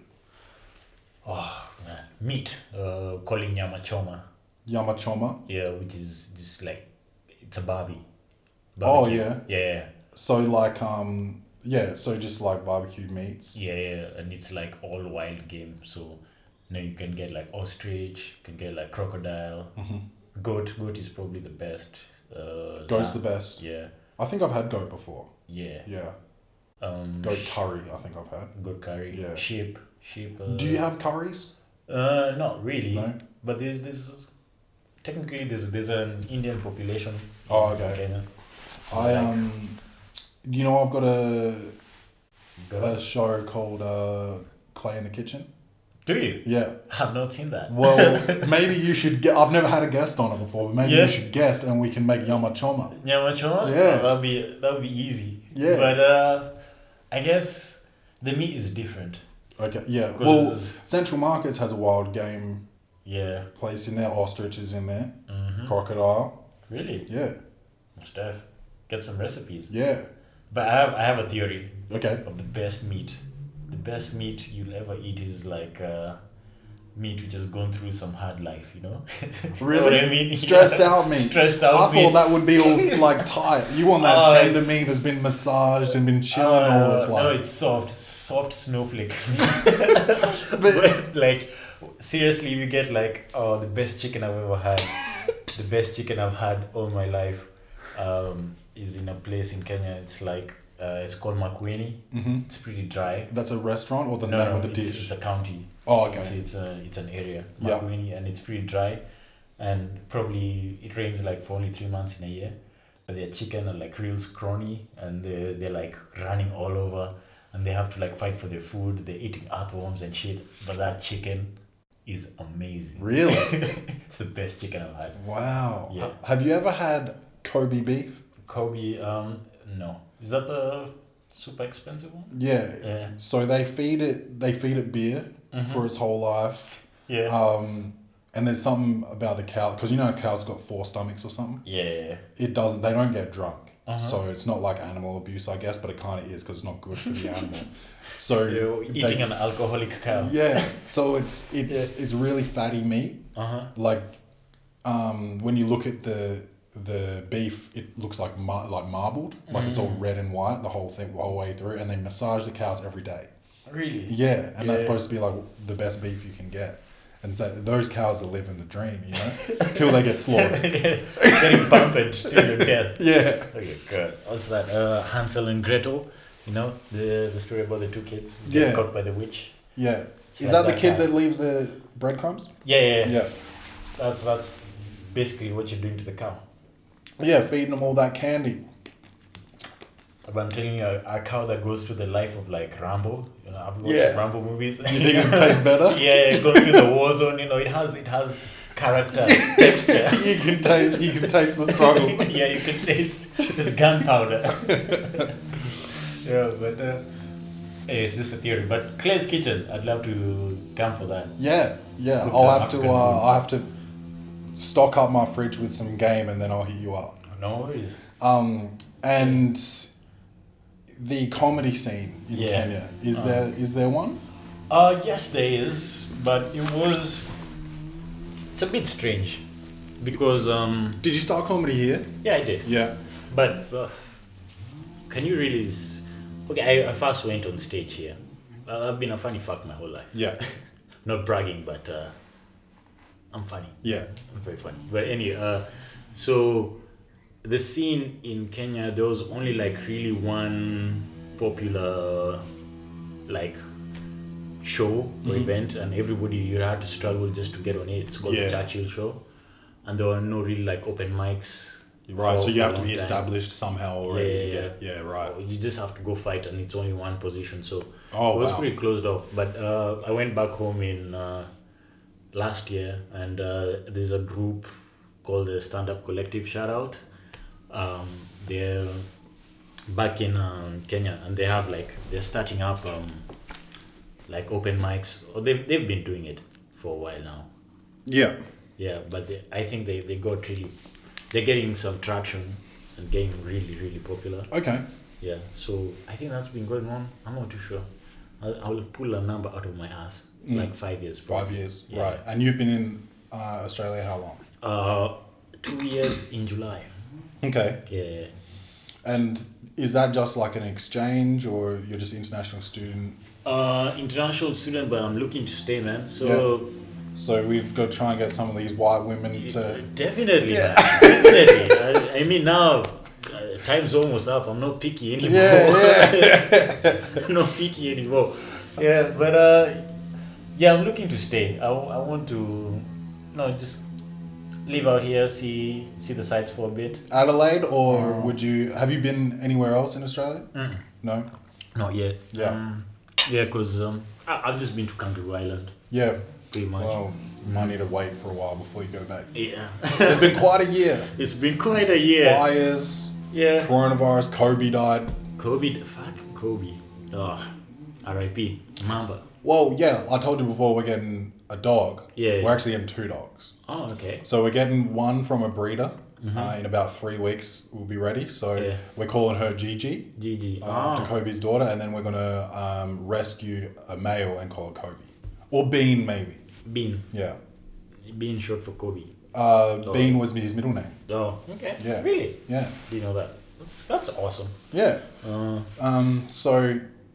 Speaker 4: Meat, uh, calling nyama choma.
Speaker 1: Yamachoma.
Speaker 4: Yeah, which is just like it's a barbie.
Speaker 1: Oh,
Speaker 4: Barbecue.
Speaker 1: yeah.
Speaker 4: Yeah.
Speaker 1: So like um yeah, so just like barbecue meats.
Speaker 4: Yeah, yeah, and it's like all wild game. So you know you can get like ostrich, you can get like crocodile, goat. Goat is probably the best. Uh,
Speaker 1: Goat's
Speaker 4: lamb.
Speaker 1: Mm-hmm. the best.
Speaker 4: Yeah,
Speaker 1: I think I've had goat before.
Speaker 4: yeah.
Speaker 1: Yeah.
Speaker 4: Um,
Speaker 1: Goat curry, I think I've had.
Speaker 4: goat curry.
Speaker 1: Yeah.
Speaker 4: Sheep. Sheep. Uh,
Speaker 1: Do you have curries?
Speaker 4: Uh, not really.
Speaker 1: No?
Speaker 4: But there's this. Technically, there's there's an Indian population.
Speaker 1: Oh,
Speaker 4: in
Speaker 1: okay.
Speaker 4: Kenya.
Speaker 1: I um you know I've got a a
Speaker 4: Goat.
Speaker 1: show called uh Clay in the Kitchen.
Speaker 4: Do you? <laughs>
Speaker 1: Yeah.
Speaker 4: I've not seen that.
Speaker 1: Well, maybe you should get I've never had a guest on it before, but maybe
Speaker 4: Yeah.
Speaker 1: you should guest and we can make yamachoma.
Speaker 4: Nyama choma?
Speaker 1: Yeah.
Speaker 4: That'd be that'd be easy.
Speaker 1: Yeah.
Speaker 4: But uh, I guess the meat is different.
Speaker 1: Okay, yeah.
Speaker 4: 'Cause
Speaker 1: Well,
Speaker 4: it's-
Speaker 1: Central Markets has a wild game
Speaker 4: Yeah. mm-hmm.
Speaker 1: place in there, ostriches in there,
Speaker 4: Mm.
Speaker 1: crocodile.
Speaker 4: Really?
Speaker 1: Yeah.
Speaker 4: Must have. Get some recipes.
Speaker 1: Yeah.
Speaker 4: But I have I have a theory
Speaker 1: Okay.
Speaker 4: of the best meat. The best meat you'll ever eat is like uh, me to just gone through some hard life, you know? <laughs>
Speaker 1: Really?
Speaker 4: What I mean? <laughs>
Speaker 1: Stressed out me.
Speaker 4: Stressed out
Speaker 1: I
Speaker 4: me.
Speaker 1: thought that would be all like tight. You want that
Speaker 4: Oh,
Speaker 1: tender
Speaker 4: it's-
Speaker 1: me that's been massaged and been chilling
Speaker 4: Oh,
Speaker 1: all this
Speaker 4: No,
Speaker 1: life.
Speaker 4: it's soft, soft snowflake. <laughs>
Speaker 1: but
Speaker 4: But, <laughs> like seriously, we get like oh the best chicken I've ever
Speaker 1: <laughs>
Speaker 4: had, the best chicken I've had all my life, um, is in a place in Kenya. It's like uh, it's called Makueni.
Speaker 1: Mhm.
Speaker 4: It's pretty dry.
Speaker 1: that's a restaurant or the
Speaker 4: No,
Speaker 1: name
Speaker 4: no,
Speaker 1: of the
Speaker 4: it's,
Speaker 1: dish.
Speaker 4: it's a county.
Speaker 1: oh,
Speaker 4: It's
Speaker 1: okay.
Speaker 4: it's, a, it's an area
Speaker 1: Yeah.
Speaker 4: Makueni, and it's pretty dry, and probably it rains like for only three months in a year. But their chicken are like real scrawny, and they they're like running all over, and they have to like fight for their food. They're eating earthworms and shit. But that chicken is amazing.
Speaker 1: Really?
Speaker 4: it's the best chicken I've had.
Speaker 1: Wow.
Speaker 4: Yeah.
Speaker 1: Ha- Have you ever had Kobe beef?
Speaker 4: Kobe, um, no, is that the super expensive one?
Speaker 1: Yeah.
Speaker 4: Yeah, Mm-hmm.
Speaker 1: So they feed it. They feed it beer for its whole life.
Speaker 4: yeah,
Speaker 1: Um, and there's something about the cow because you know a cow's got four stomachs or something.
Speaker 4: yeah.
Speaker 1: It doesn't. They don't get drunk.
Speaker 4: Uh-huh.
Speaker 1: So it's not like animal abuse, I guess, but it kind of is because it's not good for
Speaker 4: <laughs>
Speaker 1: the animal. So
Speaker 4: You're
Speaker 1: they-
Speaker 4: eating an alcoholic cow.
Speaker 1: yeah. So it's it's it's really fatty meat.
Speaker 4: Uh huh.
Speaker 1: Like um, when you look at the the beef, it looks like mar- like marbled, like it's all
Speaker 4: Mm.
Speaker 1: red and white the whole thing, the whole way through. And they massage the cows every day.
Speaker 4: Really?
Speaker 1: Yeah, and that's
Speaker 4: Yeah.
Speaker 1: supposed to be like the best beef you can get. And so those cows are living the dream, you know, <laughs> till they get slaughtered.
Speaker 4: <laughs> getting pampered till your death.
Speaker 1: Yeah.
Speaker 4: Okay, good. What's that? Uh, Hansel and Gretel. You know the the story about the two kids who
Speaker 1: Yeah.
Speaker 4: get caught by the witch.
Speaker 1: Yeah. Is
Speaker 4: It's like
Speaker 1: that the
Speaker 4: that
Speaker 1: kid
Speaker 4: guy.
Speaker 1: that leaves the breadcrumbs?
Speaker 4: Yeah, yeah, yeah.
Speaker 1: Yeah.
Speaker 4: That's that's basically what you're doing to the cow.
Speaker 1: Yeah, feeding them all that candy.
Speaker 4: But I'm telling you, a, a cow that goes through the life of like Rambo. You know, I've watched
Speaker 1: Yeah.
Speaker 4: Rambo movies.
Speaker 1: You think
Speaker 4: <laughs>
Speaker 1: it tastes better?
Speaker 4: yeah, it goes through the war zone. You know, it has it has
Speaker 1: <laughs>
Speaker 4: character, texture.
Speaker 1: <laughs> you can taste you can taste the struggle.
Speaker 4: <laughs> yeah, you can taste the gunpowder. yeah, but uh, anyway, it's just a theory. But Claire's Kitchen, I'd love to come for that.
Speaker 1: Yeah, yeah.
Speaker 4: Looks
Speaker 1: I'll
Speaker 4: like
Speaker 1: have to
Speaker 4: African
Speaker 1: uh,
Speaker 4: food.
Speaker 1: I'll have to stock up my fridge with some game and then I'll hit you up.
Speaker 4: No worries.
Speaker 1: Um, and the comedy scene in
Speaker 4: Yeah.
Speaker 1: Kenya. Is there is there one?
Speaker 4: Uh, yes, there is, but it was. It's a bit strange, because um,
Speaker 1: Did you start comedy here?
Speaker 4: yeah, I did,
Speaker 1: Yeah.
Speaker 4: but uh, can you really? S- okay, I, I first went on stage here. Uh, I've been a funny fuck my whole life.
Speaker 1: Yeah.
Speaker 4: Not bragging, but uh, I'm funny.
Speaker 1: Yeah.
Speaker 4: very funny. But anyway, uh, so the scene in Kenya, there was only like really one popular like show or event, and everybody you had to struggle just to get on it. It's called
Speaker 1: Yeah.
Speaker 4: the Churchill Show, and there were no really like open mics.
Speaker 1: Right.
Speaker 4: for-
Speaker 1: So
Speaker 4: for
Speaker 1: you
Speaker 4: a
Speaker 1: have to
Speaker 4: long
Speaker 1: be
Speaker 4: time.
Speaker 1: established somehow already
Speaker 4: Yeah,
Speaker 1: to
Speaker 4: yeah,
Speaker 1: get. Yeah. Right.
Speaker 4: Uh, You just have to go fight, and it's only one position. So
Speaker 1: Oh
Speaker 4: it was
Speaker 1: wow.
Speaker 4: pretty closed off. But uh, I went back home in uh, last year, and uh, there's a group called the Stand Up Collective. Shout out. Um, they're back in um, Kenya, and they have like they're starting up um, like open mics. Or they've they've been doing it for a while now.
Speaker 1: Yeah.
Speaker 4: Yeah, but they, I think they, they got really they're getting some traction and getting really really popular.
Speaker 1: Okay.
Speaker 4: Yeah, so I think that's been going on. I'm not too sure. I'll, I'll pull a number out of my ass, like five years.
Speaker 1: Five years.
Speaker 4: Yeah.
Speaker 1: Right. And you've been in uh, Australia how long?
Speaker 4: Uh, two years in July.
Speaker 1: Okay.
Speaker 4: Yeah,
Speaker 1: And is that just like an exchange, or you're just international student?
Speaker 4: uh, international student, but I'm looking to stay, man. So
Speaker 1: So we've got to try and get some of these white women
Speaker 4: uh,
Speaker 1: to.
Speaker 4: definitely, man, definitely. I, I mean now. Uh, time's almost up. I'm not picky anymore.
Speaker 1: Yeah,
Speaker 4: <laughs> I'm not picky anymore. Yeah, but uh, yeah, I'm looking to stay. I, w- I want to, no, just live out here, see see the sights for a bit.
Speaker 1: Adelaide, or would you? Have you been anywhere else in Australia? No.
Speaker 4: Not yet.
Speaker 1: Yeah.
Speaker 4: Um, yeah, because um, I, I've just been to Kangaroo Island,
Speaker 1: Yeah.
Speaker 4: pretty much.
Speaker 1: Well,
Speaker 4: mm.
Speaker 1: you might need to wait for a while before you go back. <laughs>
Speaker 4: Yeah.
Speaker 1: It's been quite a year.
Speaker 4: <laughs> it's been quite a year.
Speaker 1: Fires,
Speaker 4: Yeah.
Speaker 1: coronavirus, Kobe died.
Speaker 4: Kobe, fuck Kobe. Oh, R.I.P. Mamba.
Speaker 1: Well, yeah, I told you before we're getting a dog.
Speaker 4: Yeah.
Speaker 1: We're actually getting two dogs.
Speaker 4: Oh, okay.
Speaker 1: So we're getting one from a breeder. Uh, in about three weeks, we'll be ready. So
Speaker 4: Mm-hmm. Yeah.
Speaker 1: we're calling her Gigi
Speaker 4: GG.
Speaker 1: uh, after Kobe's um, daughter, and then we're gonna um, rescue a male and call it Kobe or Bean maybe.
Speaker 4: Bean.
Speaker 1: Yeah.
Speaker 4: Bean short for Kobe.
Speaker 1: Uh, Bean was his middle name.
Speaker 4: Oh, okay.
Speaker 1: Yeah.
Speaker 4: Really?
Speaker 1: Yeah.
Speaker 4: Do you know that? That's, that's awesome.
Speaker 1: Yeah.
Speaker 4: Ah.
Speaker 1: Um, so,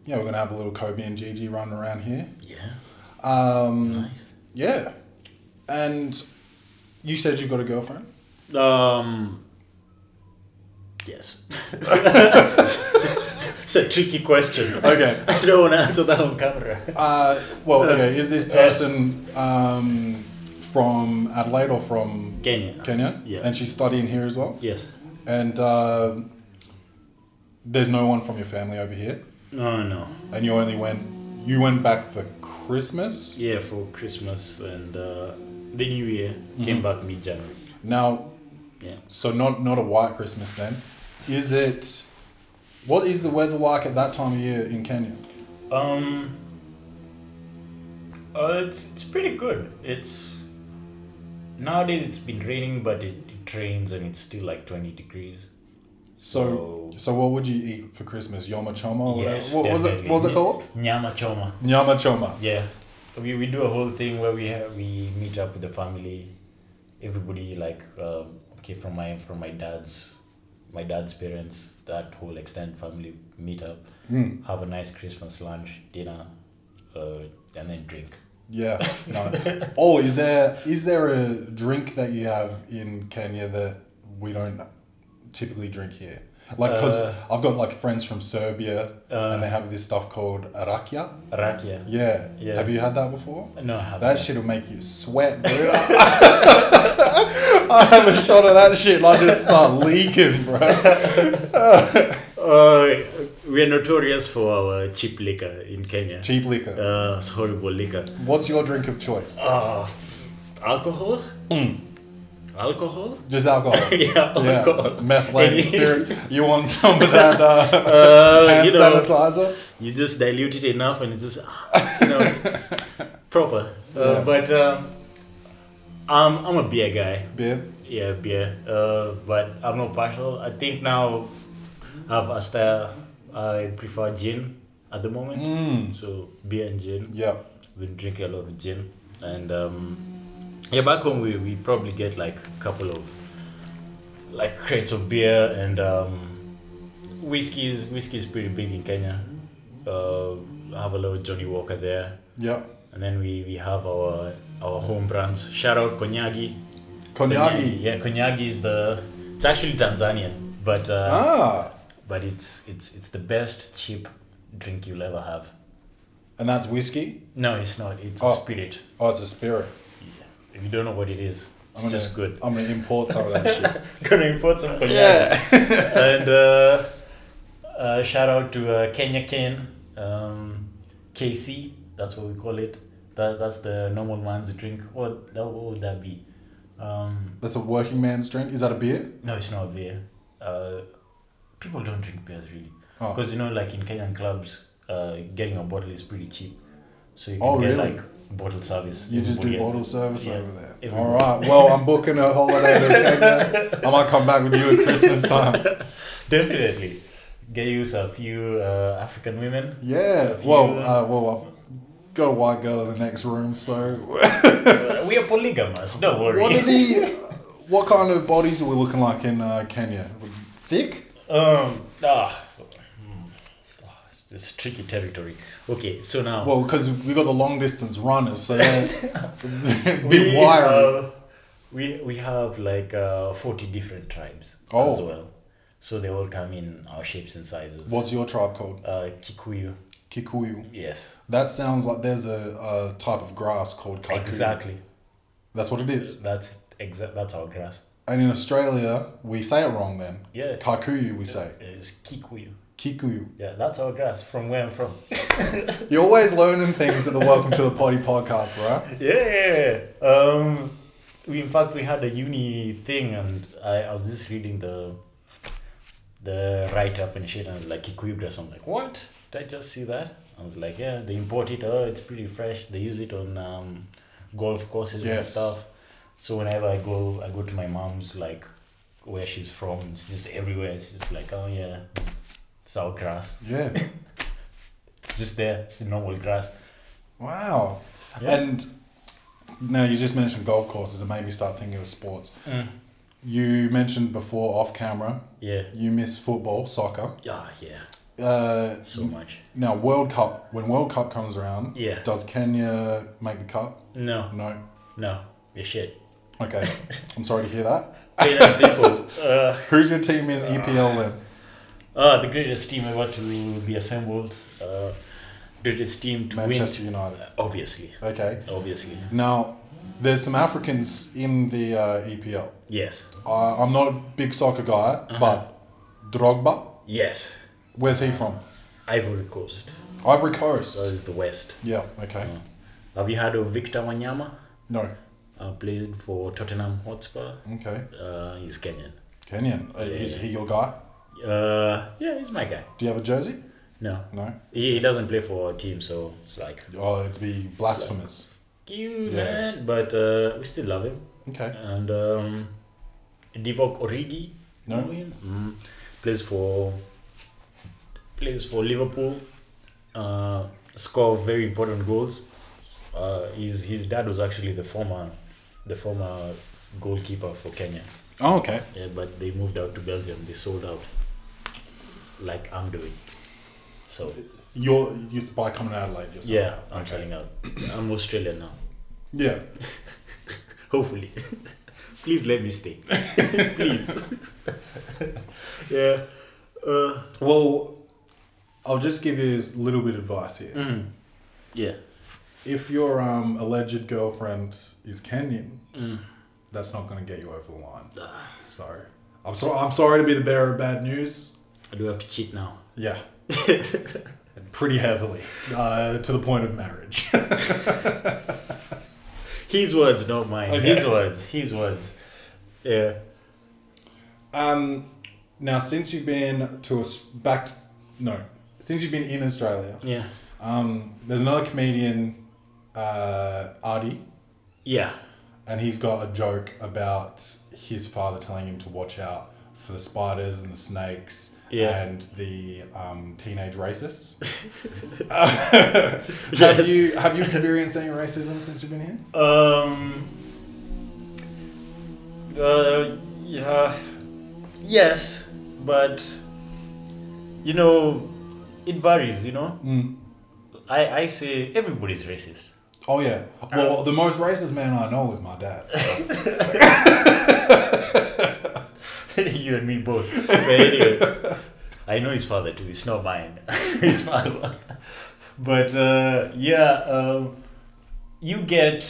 Speaker 1: yeah, we're going to have a little Kobe and Gigi run around here.
Speaker 4: Yeah.
Speaker 1: Um,
Speaker 4: Nice.
Speaker 1: yeah. And you said you've got a girlfriend?
Speaker 4: Um. Yes. <laughs> it's a tricky question.
Speaker 1: <laughs> Okay.
Speaker 4: I don't want to answer that on camera.
Speaker 1: Uh, well, okay, is this person um, from Adelaide or from
Speaker 4: Kenya.
Speaker 1: Kenya?
Speaker 4: Yeah.
Speaker 1: And she's studying here as well?
Speaker 4: Yes.
Speaker 1: And uh, there's no one from your family over here?
Speaker 4: No, no.
Speaker 1: And you only went, you went back for Christmas?
Speaker 4: Yeah, for Christmas and uh, the New Year
Speaker 1: Mm-hmm.
Speaker 4: came back mid January.
Speaker 1: Now,
Speaker 4: Yeah.
Speaker 1: So not not a white Christmas then. Is it? What is the weather like at that time of year in Kenya?
Speaker 4: Um. Uh, it's it's pretty good. It's nowadays it's been raining, but it, it rains and it's still like twenty degrees.
Speaker 1: So
Speaker 4: So-
Speaker 1: so what would you eat for Christmas? Yoma choma. Or
Speaker 4: Yes,
Speaker 1: whatever? what was it?
Speaker 4: definitely.
Speaker 1: What was it called?
Speaker 4: Nyama choma.
Speaker 1: Nyama choma.
Speaker 4: Yeah, we, we do a whole thing where we have, we meet up with the family, everybody like um, okay from my from my dad's my dad's parents that whole extended family meet up,
Speaker 1: Hmm.
Speaker 4: have a nice Christmas lunch dinner, uh, and then drink.
Speaker 1: Yeah. No. oh, is there is there a drink that you have in Kenya that we don't typically drink here? Like, cause
Speaker 4: Uh,
Speaker 1: I've got like friends from Serbia, and they have this stuff called rakia.
Speaker 4: Rakia.
Speaker 1: Yeah.
Speaker 4: Yeah.
Speaker 1: Have you had that before?
Speaker 4: No, I haven't.
Speaker 1: That shit'll make you sweat, dude.
Speaker 4: <laughs>
Speaker 1: I have a shot of that shit and I just start leaking,
Speaker 4: <laughs>
Speaker 1: bro.
Speaker 4: Uh, we are notorious for our cheap liquor in Kenya.
Speaker 1: Cheap liquor.
Speaker 4: Uh, it's horrible liquor.
Speaker 1: What's your drink of choice?
Speaker 4: Uh, alcohol. Alcohol. <laughs>
Speaker 1: Just alcohol.
Speaker 4: yeah,
Speaker 1: Hmm. yeah.
Speaker 4: alcohol.
Speaker 1: Methylated
Speaker 4: Any-
Speaker 1: spirits. You want some of that uh,
Speaker 4: Uh,
Speaker 1: hand
Speaker 4: <laughs> you know,
Speaker 1: sanitizer?
Speaker 4: you just dilute it enough and it's just ah, you
Speaker 1: <laughs>
Speaker 4: know it's proper uh, but um, I'm, I'm a beer guy
Speaker 1: Beer.
Speaker 4: yeah beer uh, but i'm not partial i think now i've asta i prefer gin at the moment
Speaker 1: Mm.
Speaker 4: so beer and gin
Speaker 1: Yeah.
Speaker 4: been drinking a lot of gin and um, yeah back home we, we probably get like a couple of like crates of beer and um, whiskey is whiskey is pretty big in kenya uh, have a little johnny walker there
Speaker 1: Yeah.
Speaker 4: and then we, we have our our home brands shout out konyagi
Speaker 1: Konyagi.
Speaker 4: yeah konyagi is the it's actually tanzanian but uh,
Speaker 1: Ah.
Speaker 4: but it's it's it's the best cheap drink you'll ever have
Speaker 1: And that's whiskey?
Speaker 4: no it's not it's
Speaker 1: Oh.
Speaker 4: a spirit
Speaker 1: Oh, it's a spirit.
Speaker 4: If you don't know what it is, it's
Speaker 1: gonna,
Speaker 4: just
Speaker 1: <laughs>
Speaker 4: good.
Speaker 1: I'm going to import some of that
Speaker 4: <laughs>
Speaker 1: shit.
Speaker 4: Gonna import some cognac. <laughs> and uh, uh, shout out to uh, Kenya Ken, um, KC. That's what we call it. That that's the normal man's drink. What that what would that be? Um,
Speaker 1: That's a working man's drink. Is that a beer?
Speaker 4: no, it's not a beer. Uh, people don't drink beers really,
Speaker 1: Oh.
Speaker 4: because you know, like in Kenyan clubs, uh, getting a bottle is pretty cheap. So you can
Speaker 1: Oh,
Speaker 4: get
Speaker 1: really?
Speaker 4: like bottle service.
Speaker 1: You just do
Speaker 4: Everybody has
Speaker 1: bottle
Speaker 4: it.
Speaker 1: service
Speaker 4: Yeah.
Speaker 1: over there.
Speaker 4: Everybody.
Speaker 1: All right. Well, I'm booking a holiday
Speaker 4: <laughs>
Speaker 1: to Kenya. I might come back with you at Christmas time.
Speaker 4: Definitely. Get use a few uh, African women.
Speaker 1: <laughs> Yeah.
Speaker 4: If
Speaker 1: Well,
Speaker 4: you-
Speaker 1: uh, well, I've got a white girl in the next room. So,
Speaker 4: Uh, we are polygamous, don't worry.
Speaker 1: what are
Speaker 4: <laughs>
Speaker 1: the? What kind of bodies are we looking like in uh, Kenya? Thick.
Speaker 4: um, ah, hmm. it's tricky territory. Okay, so now.
Speaker 1: Well, because we got the long distance runners, so
Speaker 4: <laughs>
Speaker 1: yeah,
Speaker 4: we
Speaker 1: bit wiry.
Speaker 4: have- we, we have like uh, 40 different tribes as
Speaker 1: Oh.
Speaker 4: well. So they all come in our shapes and sizes.
Speaker 1: What's your tribe called?
Speaker 4: Uh, Kikuyu,
Speaker 1: Kikuyu.
Speaker 4: yes.
Speaker 1: That sounds like there's a, a type of grass called kikuyu.
Speaker 4: Exactly.
Speaker 1: That's what it is.
Speaker 4: That's exa- That's our grass.
Speaker 1: And in Australia, we say it wrong then.
Speaker 4: Yeah.
Speaker 1: Kakuyu, we say.
Speaker 4: It's Kikuyu.
Speaker 1: Kikuyu.
Speaker 4: Yeah, that's our grass from where I'm from.
Speaker 1: You're always learning things at the Welcome to the Potty podcast, right?
Speaker 4: Yeah. Um, we in fact we had a uni thing, and I, I was just reading the the write up and shit, and like Kikuyu grass. I'm like, what? Did I just see that? I was like, yeah, they import it. Oh, it's pretty fresh. They use it on um, golf courses and
Speaker 1: Yes.
Speaker 4: stuff. So whenever I go, I go to my mom's like where she's from. It's just everywhere. It's just like, oh yeah, it's, it's our grass.
Speaker 1: Yeah.
Speaker 4: It's just there. It's the normal grass.
Speaker 1: Wow.
Speaker 4: Yeah.
Speaker 1: And Now you just mentioned golf courses. It made me start thinking of sports.
Speaker 4: Mm.
Speaker 1: You mentioned before off camera.
Speaker 4: Yeah.
Speaker 1: You miss football, soccer.
Speaker 4: Ah, yeah.
Speaker 1: Uh,
Speaker 4: So much.
Speaker 1: now World Cup. When World Cup comes around,
Speaker 4: Yeah.
Speaker 1: does Kenya make the cut?
Speaker 4: No,
Speaker 1: No.
Speaker 4: no. You're shit.
Speaker 1: Okay. I'm sorry to hear that.
Speaker 4: Plain and
Speaker 1: <laughs>
Speaker 4: simple. Uh,
Speaker 1: Who's your team in EPL then?
Speaker 4: Uh, the greatest team ever to be assembled. Uh, greatest team to
Speaker 1: Manchester
Speaker 4: win.
Speaker 1: United.
Speaker 4: Obviously.
Speaker 1: Okay.
Speaker 4: Obviously.
Speaker 1: Now, there's some Africans in the uh, EPL.
Speaker 4: Yes.
Speaker 1: Uh, I'm not a big soccer guy, but Drogba,
Speaker 4: Yes.
Speaker 1: where's he from?
Speaker 4: Ivory Coast.
Speaker 1: Ivory Coast.
Speaker 4: That is the West.
Speaker 1: Yeah, okay.
Speaker 4: Have you heard of Victor Wanyama?
Speaker 1: No,
Speaker 4: Uh, played for Tottenham Hotspur.
Speaker 1: okay.
Speaker 4: Uh, he's Kenyan.
Speaker 1: Kenyan. Uh, Is he your guy?
Speaker 4: Uh, yeah, he's my guy.
Speaker 1: Do you have a jersey?
Speaker 4: No.
Speaker 1: No.
Speaker 4: He, he doesn't play for a team, so it's like,
Speaker 1: Oh, it'd be blasphemous.
Speaker 4: you
Speaker 1: Yeah.
Speaker 4: man. But uh, we still love him.
Speaker 1: Okay.
Speaker 4: And um, Divock Origi.
Speaker 1: No.
Speaker 4: know him? Mm. Plays for plays for Liverpool. Uh, score very important goals. Uh, his his dad was actually the former the former goalkeeper for Kenya.
Speaker 1: Oh, okay.
Speaker 4: Yeah, but they moved out to Belgium. They sold out, like I'm doing. So
Speaker 1: You're, it's by coming out of Adelaide yourself.
Speaker 4: yeah, I'm
Speaker 1: Okay.
Speaker 4: selling out. I'm Australian now.
Speaker 1: Yeah.
Speaker 4: Hopefully. <laughs> Please let me stay. <laughs> Please. <laughs> yeah. Uh,
Speaker 1: Well, I'll just give you a little bit of advice here.
Speaker 4: yeah.
Speaker 1: If your um, alleged girlfriend is Kenyan, that's not going to get you over the line.
Speaker 4: Ah,
Speaker 1: So, I'm, so, I'm sorry to be the bearer of bad news.
Speaker 4: I do have to cheat now.
Speaker 1: Yeah. Pretty heavily, uh, to the point of marriage. <laughs>
Speaker 4: His words, not mine.
Speaker 1: Okay.
Speaker 4: Oh, His words. His words. Yeah.
Speaker 1: um, now, since you've been to us back, t- no, since you've been in Australia,
Speaker 4: Yeah.
Speaker 1: um, there's another comedian, uh, Artie,
Speaker 4: Yeah.
Speaker 1: and he's got a joke about his father telling him to watch out for the spiders and the snakes
Speaker 4: Yeah.
Speaker 1: and the um, teenage racists.
Speaker 4: Yes.
Speaker 1: Have you have you experienced any racism since you've been here?
Speaker 4: Um. Uh, yeah. Yes, but you know, it varies. You know, I I say everybody's racist.
Speaker 1: Oh yeah. Well, the most racist man I know is my dad.
Speaker 4: <laughs> you and me both. But anyway, I know his father too. It's not mine. <laughs> his father. But uh, yeah, um, you get,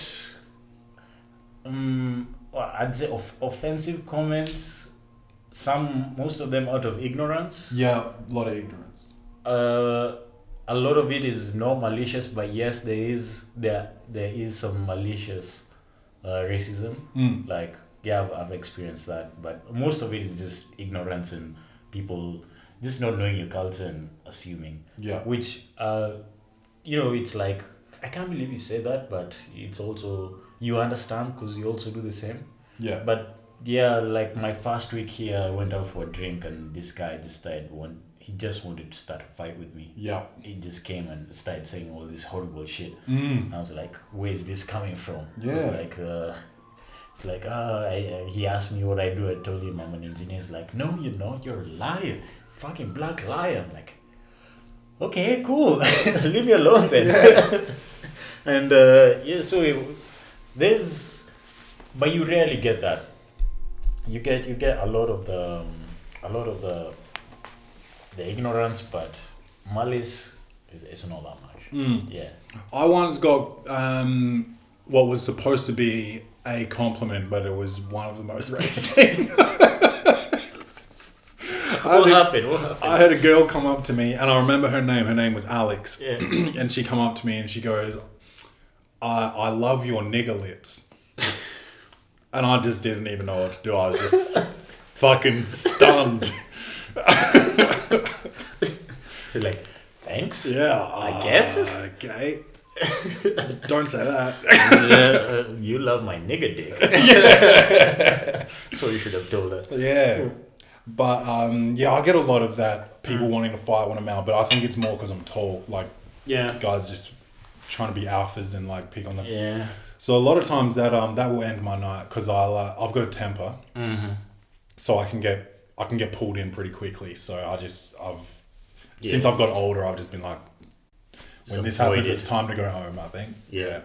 Speaker 4: um, well, I'd say, off- offensive comments. Some, most of them out of ignorance.
Speaker 1: Yeah, a lot of ignorance.
Speaker 4: Uh, a lot of it is not malicious, but yes, there is there there is some malicious uh, racism.
Speaker 1: Mm.
Speaker 4: Like yeah, I've, I've experienced that, but most of it is just ignorance and people just not knowing your culture and assuming.
Speaker 1: Yeah.
Speaker 4: Which uh, you know, it's like I can't believe you say that, but it's also you understand because you also do the same.
Speaker 1: Yeah.
Speaker 4: But yeah, like my first week here, I went out for a drink, and this guy just started one. He just wanted to start a fight with me.
Speaker 1: Yeah.
Speaker 4: He just came and started saying all this horrible shit.
Speaker 1: Mm.
Speaker 4: I was like, "Where is this coming from?"
Speaker 1: Yeah.
Speaker 4: Like, uh, it's like, ah, I, I- he asked me what I do. I told him I'm an engineer. He's like, "No, you're not. You're a liar, fucking black liar." I'm like, "Okay, cool. <laughs> Leave me alone then." <laughs> and uh, yeah, so it, there's, but you rarely get that. You get you get a lot of the um, a lot of the the ignorance, but malice is it's not that much. Yeah.
Speaker 1: I once got um, what was supposed to be a compliment, but it was one of the most <laughs> racist things. I, had
Speaker 4: What
Speaker 1: a,
Speaker 4: happened? What happened?
Speaker 1: I had a girl come up to me, and I remember her name. Her name was Alex,
Speaker 4: Yeah.
Speaker 1: <clears throat> and she come up to me and she goes, "I I love your nigger
Speaker 4: <laughs>
Speaker 1: lips," and I just didn't even know what to do. I was just fucking stunned.
Speaker 4: You're <clears throat> like, thanks. <laughs>
Speaker 1: Yeah,
Speaker 4: <laughs> I guess.
Speaker 1: Okay. Don't say that.
Speaker 4: Uh, uh, you love my nigger <laughs> dick. so you should have told her.
Speaker 1: yeah. But um, yeah, I get a lot of that people
Speaker 4: Mm.
Speaker 1: wanting to fight when I'm out, but I think it's more because I'm tall. Like
Speaker 4: Yeah.
Speaker 1: guys just trying to be alphas and like pick on the
Speaker 4: Yeah.
Speaker 1: So a lot of times that um that will end my night because I uh, I've got a temper,
Speaker 4: Mm-hmm.
Speaker 1: so I can get I can get pulled in pretty quickly. So I just I've since I've got older, I've just been like, when this happens,
Speaker 4: Avoided.
Speaker 1: it's time to go home. I think
Speaker 4: Yeah.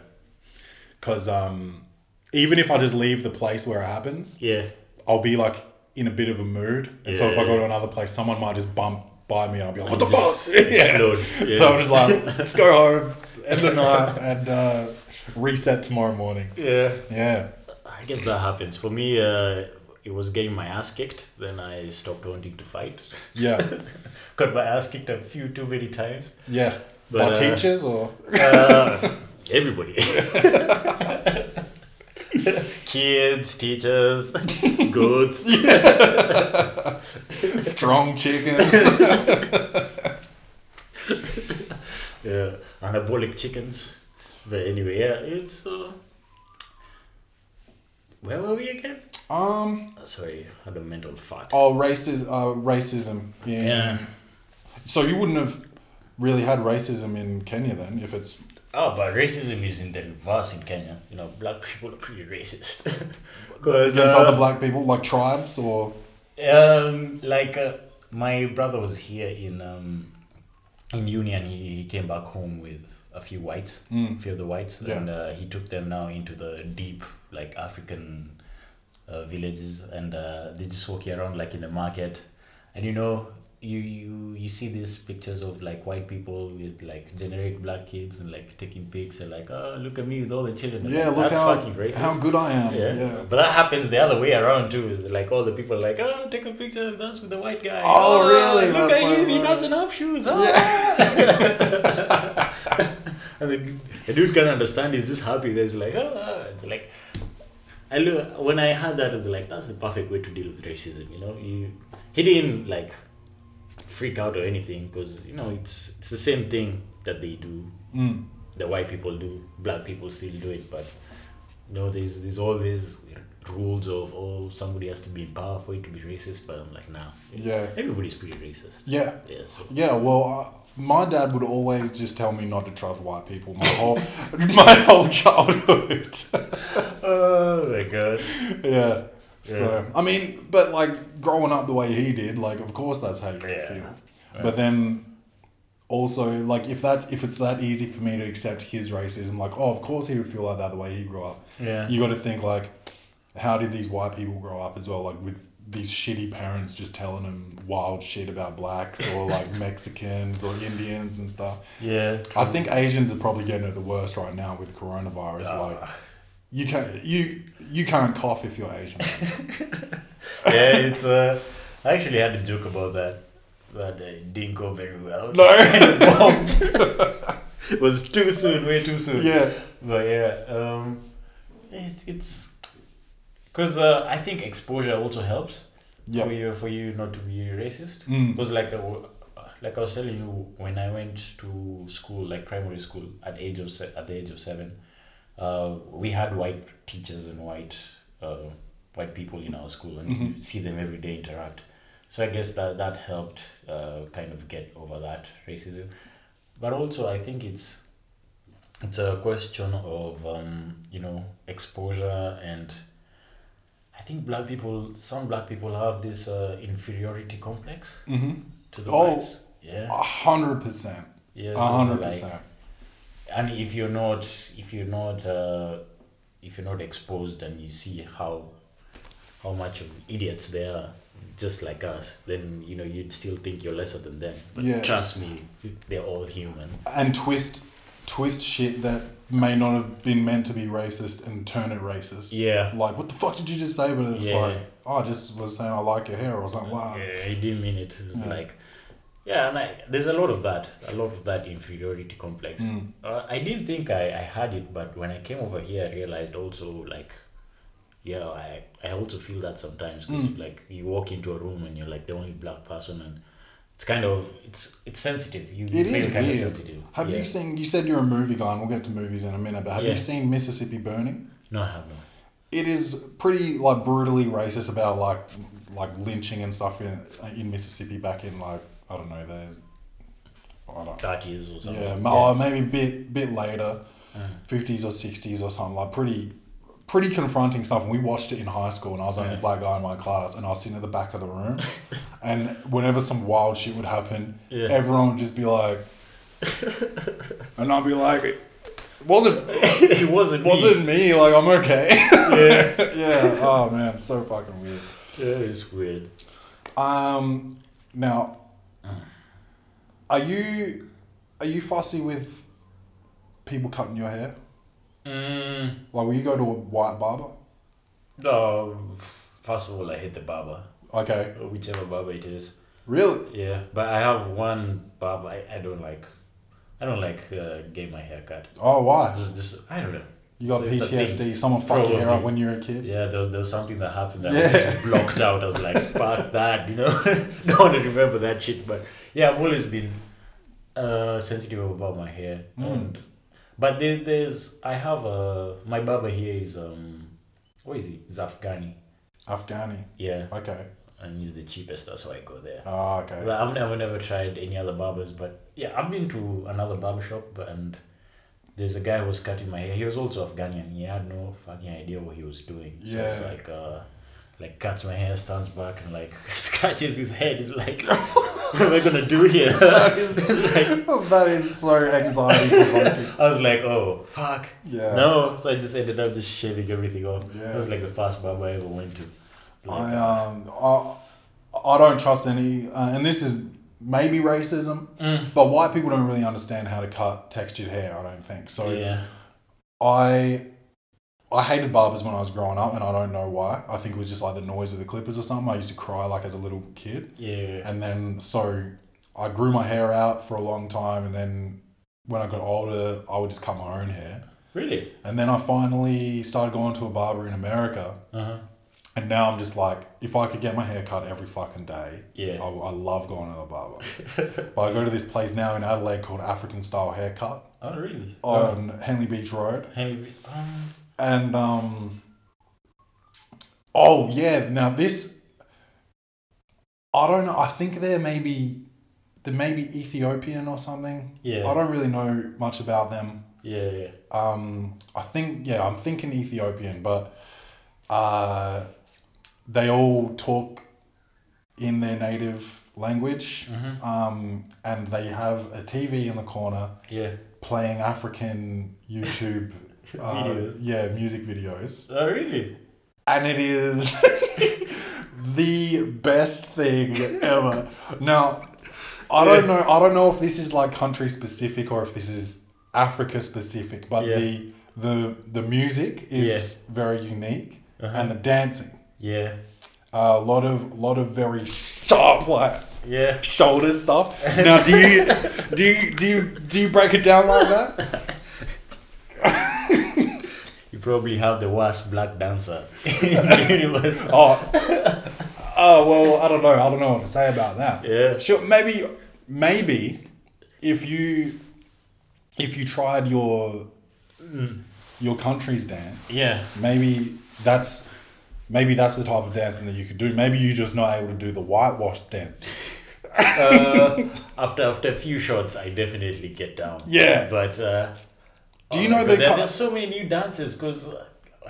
Speaker 1: because um even if I just leave the place where it happens,
Speaker 4: Yeah.
Speaker 1: I'll be like in a bit of a mood, and so if I
Speaker 4: Yeah.
Speaker 1: go to another place, someone might just bump by me, and I'll be like, what the
Speaker 4: Just
Speaker 1: fuck? <laughs> yeah.
Speaker 4: explode. Yeah.
Speaker 1: <laughs> So I'm just like, let's go home, end the night, and uh, reset tomorrow morning.
Speaker 4: Yeah.
Speaker 1: Yeah.
Speaker 4: I guess that happens. For me, uh, it was getting my ass kicked. Then I stopped wanting to fight. <laughs>
Speaker 1: Yeah.
Speaker 4: Got my ass kicked a few too many times.
Speaker 1: Yeah.
Speaker 4: But,
Speaker 1: By
Speaker 4: uh,
Speaker 1: teachers or?
Speaker 4: <laughs> Uh, <laughs> everybody. Kids, teachers, <laughs> goats.
Speaker 1: Strong chickens.
Speaker 4: <laughs> Yeah, Eh, anabolic chickens. But anyway, yeah, it's. Uh, where were we again?
Speaker 1: um.
Speaker 4: Uh, Sorry, I had a mental fart.
Speaker 1: Oh, racism. Uh, racism. Yeah.
Speaker 4: Yeah.
Speaker 1: So you wouldn't have really had racism in Kenya then, if it's
Speaker 4: Oh, but racism is in the reverse in Kenya. You know, black people are pretty
Speaker 1: <laughs>
Speaker 4: racist.
Speaker 1: against
Speaker 4: Because
Speaker 1: other black people, like tribes or.
Speaker 4: um, like uh, my brother was here in um, in Union. He, he came back home with a few whites,
Speaker 1: mm.
Speaker 4: a few of the whites,
Speaker 1: Yeah.
Speaker 4: and uh, he took them now into the deep like African uh, villages, and uh, they just walking around like in the market, and you know. You, you you see these pictures of like white people with like generic black kids and like taking pics and like oh look at me with all the children
Speaker 1: Yeah,
Speaker 4: Like,
Speaker 1: look
Speaker 4: that's
Speaker 1: how,
Speaker 4: fucking racist
Speaker 1: how good I am.
Speaker 4: yeah.
Speaker 1: Yeah.
Speaker 4: But that happens the other way around too. Like all the people are like, oh, take a picture of us with the white guy.
Speaker 1: Oh, really?
Speaker 4: Look
Speaker 1: That's
Speaker 4: at
Speaker 1: so
Speaker 4: him. He
Speaker 1: funny.
Speaker 4: doesn't have shoes. Ah.
Speaker 1: <laughs>
Speaker 4: and the, the dude can understand. He's just happy. There's like, oh, ah." it's like. I look, when I heard that, I was like, that's the perfect way to deal with racism. You know, you he didn't like freak out or anything because you know it's it's the same thing that they do.
Speaker 1: Mm.
Speaker 4: The white people do, black people still do it, but you know, there's there's all these rules of oh somebody has to be in power for it to be racist, but I'm like nah.
Speaker 1: Yeah.
Speaker 4: Everybody's pretty racist.
Speaker 1: Yeah.
Speaker 4: Yeah. So
Speaker 1: Yeah, well, uh, my dad would always just tell me not to trust white people my whole <laughs> my whole childhood. <laughs>
Speaker 4: oh my god.
Speaker 1: yeah. So I mean, but like growing up the way he did, like of course that's how you
Speaker 4: Yeah.
Speaker 1: feel. But then also like if that's if it's that easy for me to accept his racism, like oh of course he would feel like that the way he grew up.
Speaker 4: Yeah.
Speaker 1: You got to think like, how did these white people grow up as well? Like with these shitty parents just telling them wild shit about blacks or like <laughs> Mexicans or Indians and stuff.
Speaker 4: Yeah.
Speaker 1: I think Asians are probably getting it the worst right now with coronavirus.
Speaker 4: Uh.
Speaker 1: Like, you can't you you can't cough if you're Asian.
Speaker 4: <laughs> yeah, it's uh, I actually had a joke about that, but it didn't go very well.
Speaker 1: No.
Speaker 4: <laughs> it bombed. <laughs> it was too soon, way too soon.
Speaker 1: yeah,
Speaker 4: But yeah, um, it's it's because uh, I think exposure also helps
Speaker 1: yeah,
Speaker 4: for you for you not to be racist.
Speaker 1: Mm.
Speaker 4: Because like I w- like I was telling you when I went to school, like primary school, at age of se- at the age of seven, uh, we had white teachers and white uh, white people in our school, and you see them every day interact. So I guess that that helped uh, kind of get over that racism, but also I think it's it's a question of um, you know exposure and I think black people some black people have this uh, inferiority complex to the
Speaker 1: Oh.
Speaker 4: whites. Yeah,
Speaker 1: a hundred percent,
Speaker 4: yeah,
Speaker 1: a
Speaker 4: so
Speaker 1: hundred
Speaker 4: like-
Speaker 1: percent.
Speaker 4: and if you're not if you're not uh, if you're not exposed and you see how how much of idiots they are just like us then you know you'd still think you're lesser than them but
Speaker 1: Yeah.
Speaker 4: trust me they're all human
Speaker 1: And twist twist shit that may not have been meant to be racist and turn it racist.
Speaker 4: yeah
Speaker 1: Like, what the fuck did you just say? But it's
Speaker 4: Yeah.
Speaker 1: like, uh, oh, I just was saying I like your hair or something. Wow.
Speaker 4: yeah i didn't mean it it's like yeah and I, there's a lot of that a lot of that inferiority complex
Speaker 1: Mm.
Speaker 4: uh, i didn't think I, I had it but when i came over here i realized also like yeah i, I also feel that sometimes 'cause,
Speaker 1: Mm.
Speaker 4: like you walk into a room and you're like the only black person and it's kind of it's it's sensitive you you
Speaker 1: It
Speaker 4: feel
Speaker 1: is
Speaker 4: kind of
Speaker 1: weird.
Speaker 4: sensitive
Speaker 1: Have
Speaker 4: Yeah.
Speaker 1: you seen? You said you're a movie guy, and we'll get to movies in a minute. But have
Speaker 4: Yeah.
Speaker 1: you seen Mississippi Burning?
Speaker 4: no i have not
Speaker 1: it is pretty like brutally racist about like like lynching and stuff in in Mississippi back in like I don't know the I don't
Speaker 4: 30 years or something
Speaker 1: yeah, ma- oh, maybe a bit bit later fifties or sixties or something like pretty, pretty confronting stuff. And we watched it in high school, and I was the only black guy in my class, and I was sitting at the back of the room, and whenever some wild shit would happen,
Speaker 4: Yeah.
Speaker 1: everyone would just be like, and I'd be like, it wasn't
Speaker 4: <laughs> it wasn't. me.
Speaker 1: wasn't me. Like I'm okay.
Speaker 4: <laughs> Yeah.
Speaker 1: yeah. Oh man, it's so fucking weird.
Speaker 4: yeah, it's weird.
Speaker 1: Um, now, are you are you fussy with people cutting your hair?
Speaker 4: Mm,
Speaker 1: Like, will you go to a white barber?
Speaker 4: no. First of all, I hate the barber,
Speaker 1: Okay,
Speaker 4: whichever barber it is.
Speaker 1: really?
Speaker 4: Yeah, but I have one barber I, I don't like. I don't like uh, getting my hair cut.
Speaker 1: Oh, why?
Speaker 4: Just, just, I don't know.
Speaker 1: You got
Speaker 4: So it's a thing.
Speaker 1: PTSD. Someone fucked your hair up
Speaker 4: Probably.
Speaker 1: when you were a kid.
Speaker 4: Yeah, there was, there was something that happened that
Speaker 1: Yeah.
Speaker 4: I just blocked out. I was like, fuck that, you know? <laughs> Don't want to remember that shit. But yeah, I've always been uh, sensitive about my hair. And, but there, there's, I have a, my barber here is, um, what is he? He's Afghani.
Speaker 1: Afghani.
Speaker 4: Yeah,
Speaker 1: Okay.
Speaker 4: and he's the cheapest, that's why I go there.
Speaker 1: Ah, okay.
Speaker 4: Like, I've never never tried any other barbers, but yeah, I've been to another barber shop, but and there's a guy who was cutting my hair. He was also Afghanian. He had no fucking idea what he was doing. So it's
Speaker 1: Yeah.
Speaker 4: like uh, like cuts my hair, stands back, and like <laughs> scratches his head. He's like, <laughs> what am I gonna do here?
Speaker 1: <laughs> That
Speaker 4: <laughs>
Speaker 1: is, <laughs> that is so anxiety provoking.
Speaker 4: I was like, oh fuck,
Speaker 1: Yeah.
Speaker 4: <laughs> no. So I just ended up just shaving everything off.
Speaker 1: Yeah.
Speaker 4: That was like the first barber I ever went to. Like, uh,
Speaker 1: I um I, I don't trust any, uh, and this is maybe racism,
Speaker 4: Mm.
Speaker 1: but white people don't really understand how to cut textured hair. I don't think so.
Speaker 4: yeah,
Speaker 1: I I hated barbers when I was growing up, and I don't know why. I think it was just like the noise of the clippers or something. I used to cry like as a little kid,
Speaker 4: yeah,
Speaker 1: and then so I grew my hair out for a long time, and then when I got older, I would just cut my own hair,
Speaker 4: really.
Speaker 1: and then I finally started going to a barber in America.
Speaker 4: Uh huh.
Speaker 1: And now I'm just like, if I could get my hair cut every fucking day,
Speaker 4: Yeah.
Speaker 1: I, I love going to the barber.
Speaker 4: Oh,
Speaker 1: but I go to this place now in Adelaide called African Style Haircut
Speaker 4: Oh really?
Speaker 1: on Henley Beach Road.
Speaker 4: Henry. Um,
Speaker 1: And, um, oh yeah, now this, I don't know, I think they're maybe, they're maybe Ethiopian or something.
Speaker 4: Yeah.
Speaker 1: I don't really know much about them.
Speaker 4: yeah, yeah.
Speaker 1: um, I think yeah, I'm thinking Ethiopian, but uh, they all talk in their native language,
Speaker 4: Mm-hmm.
Speaker 1: um, and they have a TV in the corner
Speaker 4: Yeah.
Speaker 1: playing African
Speaker 4: <laughs>
Speaker 1: YouTube. Uh,
Speaker 4: Videos.
Speaker 1: yeah, music videos,
Speaker 4: Oh, really?
Speaker 1: and it is <laughs> the best thing
Speaker 4: <laughs>
Speaker 1: ever. Now, I don't know. I don't know if this is like country specific or if this is Africa specific, but
Speaker 4: Yeah.
Speaker 1: the the the music is very unique,
Speaker 4: Uh-huh.
Speaker 1: and the dancing.
Speaker 4: Yeah.
Speaker 1: A lot of lot of very sharp like
Speaker 4: Yeah.
Speaker 1: shoulder stuff. Now, do you do you, do you do you break it down like
Speaker 4: <laughs>
Speaker 1: that?
Speaker 4: You probably have the worst black dancer in the
Speaker 1: <laughs>
Speaker 4: universe.
Speaker 1: Oh, oh well, I don't know. I don't know what to say about that.
Speaker 4: Yeah.
Speaker 1: Sure, maybe maybe if you if you tried your your country's dance,
Speaker 4: Mm. Yeah.
Speaker 1: maybe that's maybe that's the type of dancing that you could do. Maybe you're just not able to do the whitewash dance.
Speaker 4: Uh, after after a few shots, I definitely get down.
Speaker 1: Yeah.
Speaker 4: But uh,
Speaker 1: Do
Speaker 4: oh
Speaker 1: you
Speaker 4: my
Speaker 1: know
Speaker 4: God,
Speaker 1: the
Speaker 4: there,
Speaker 1: co-
Speaker 4: there's so many new dances because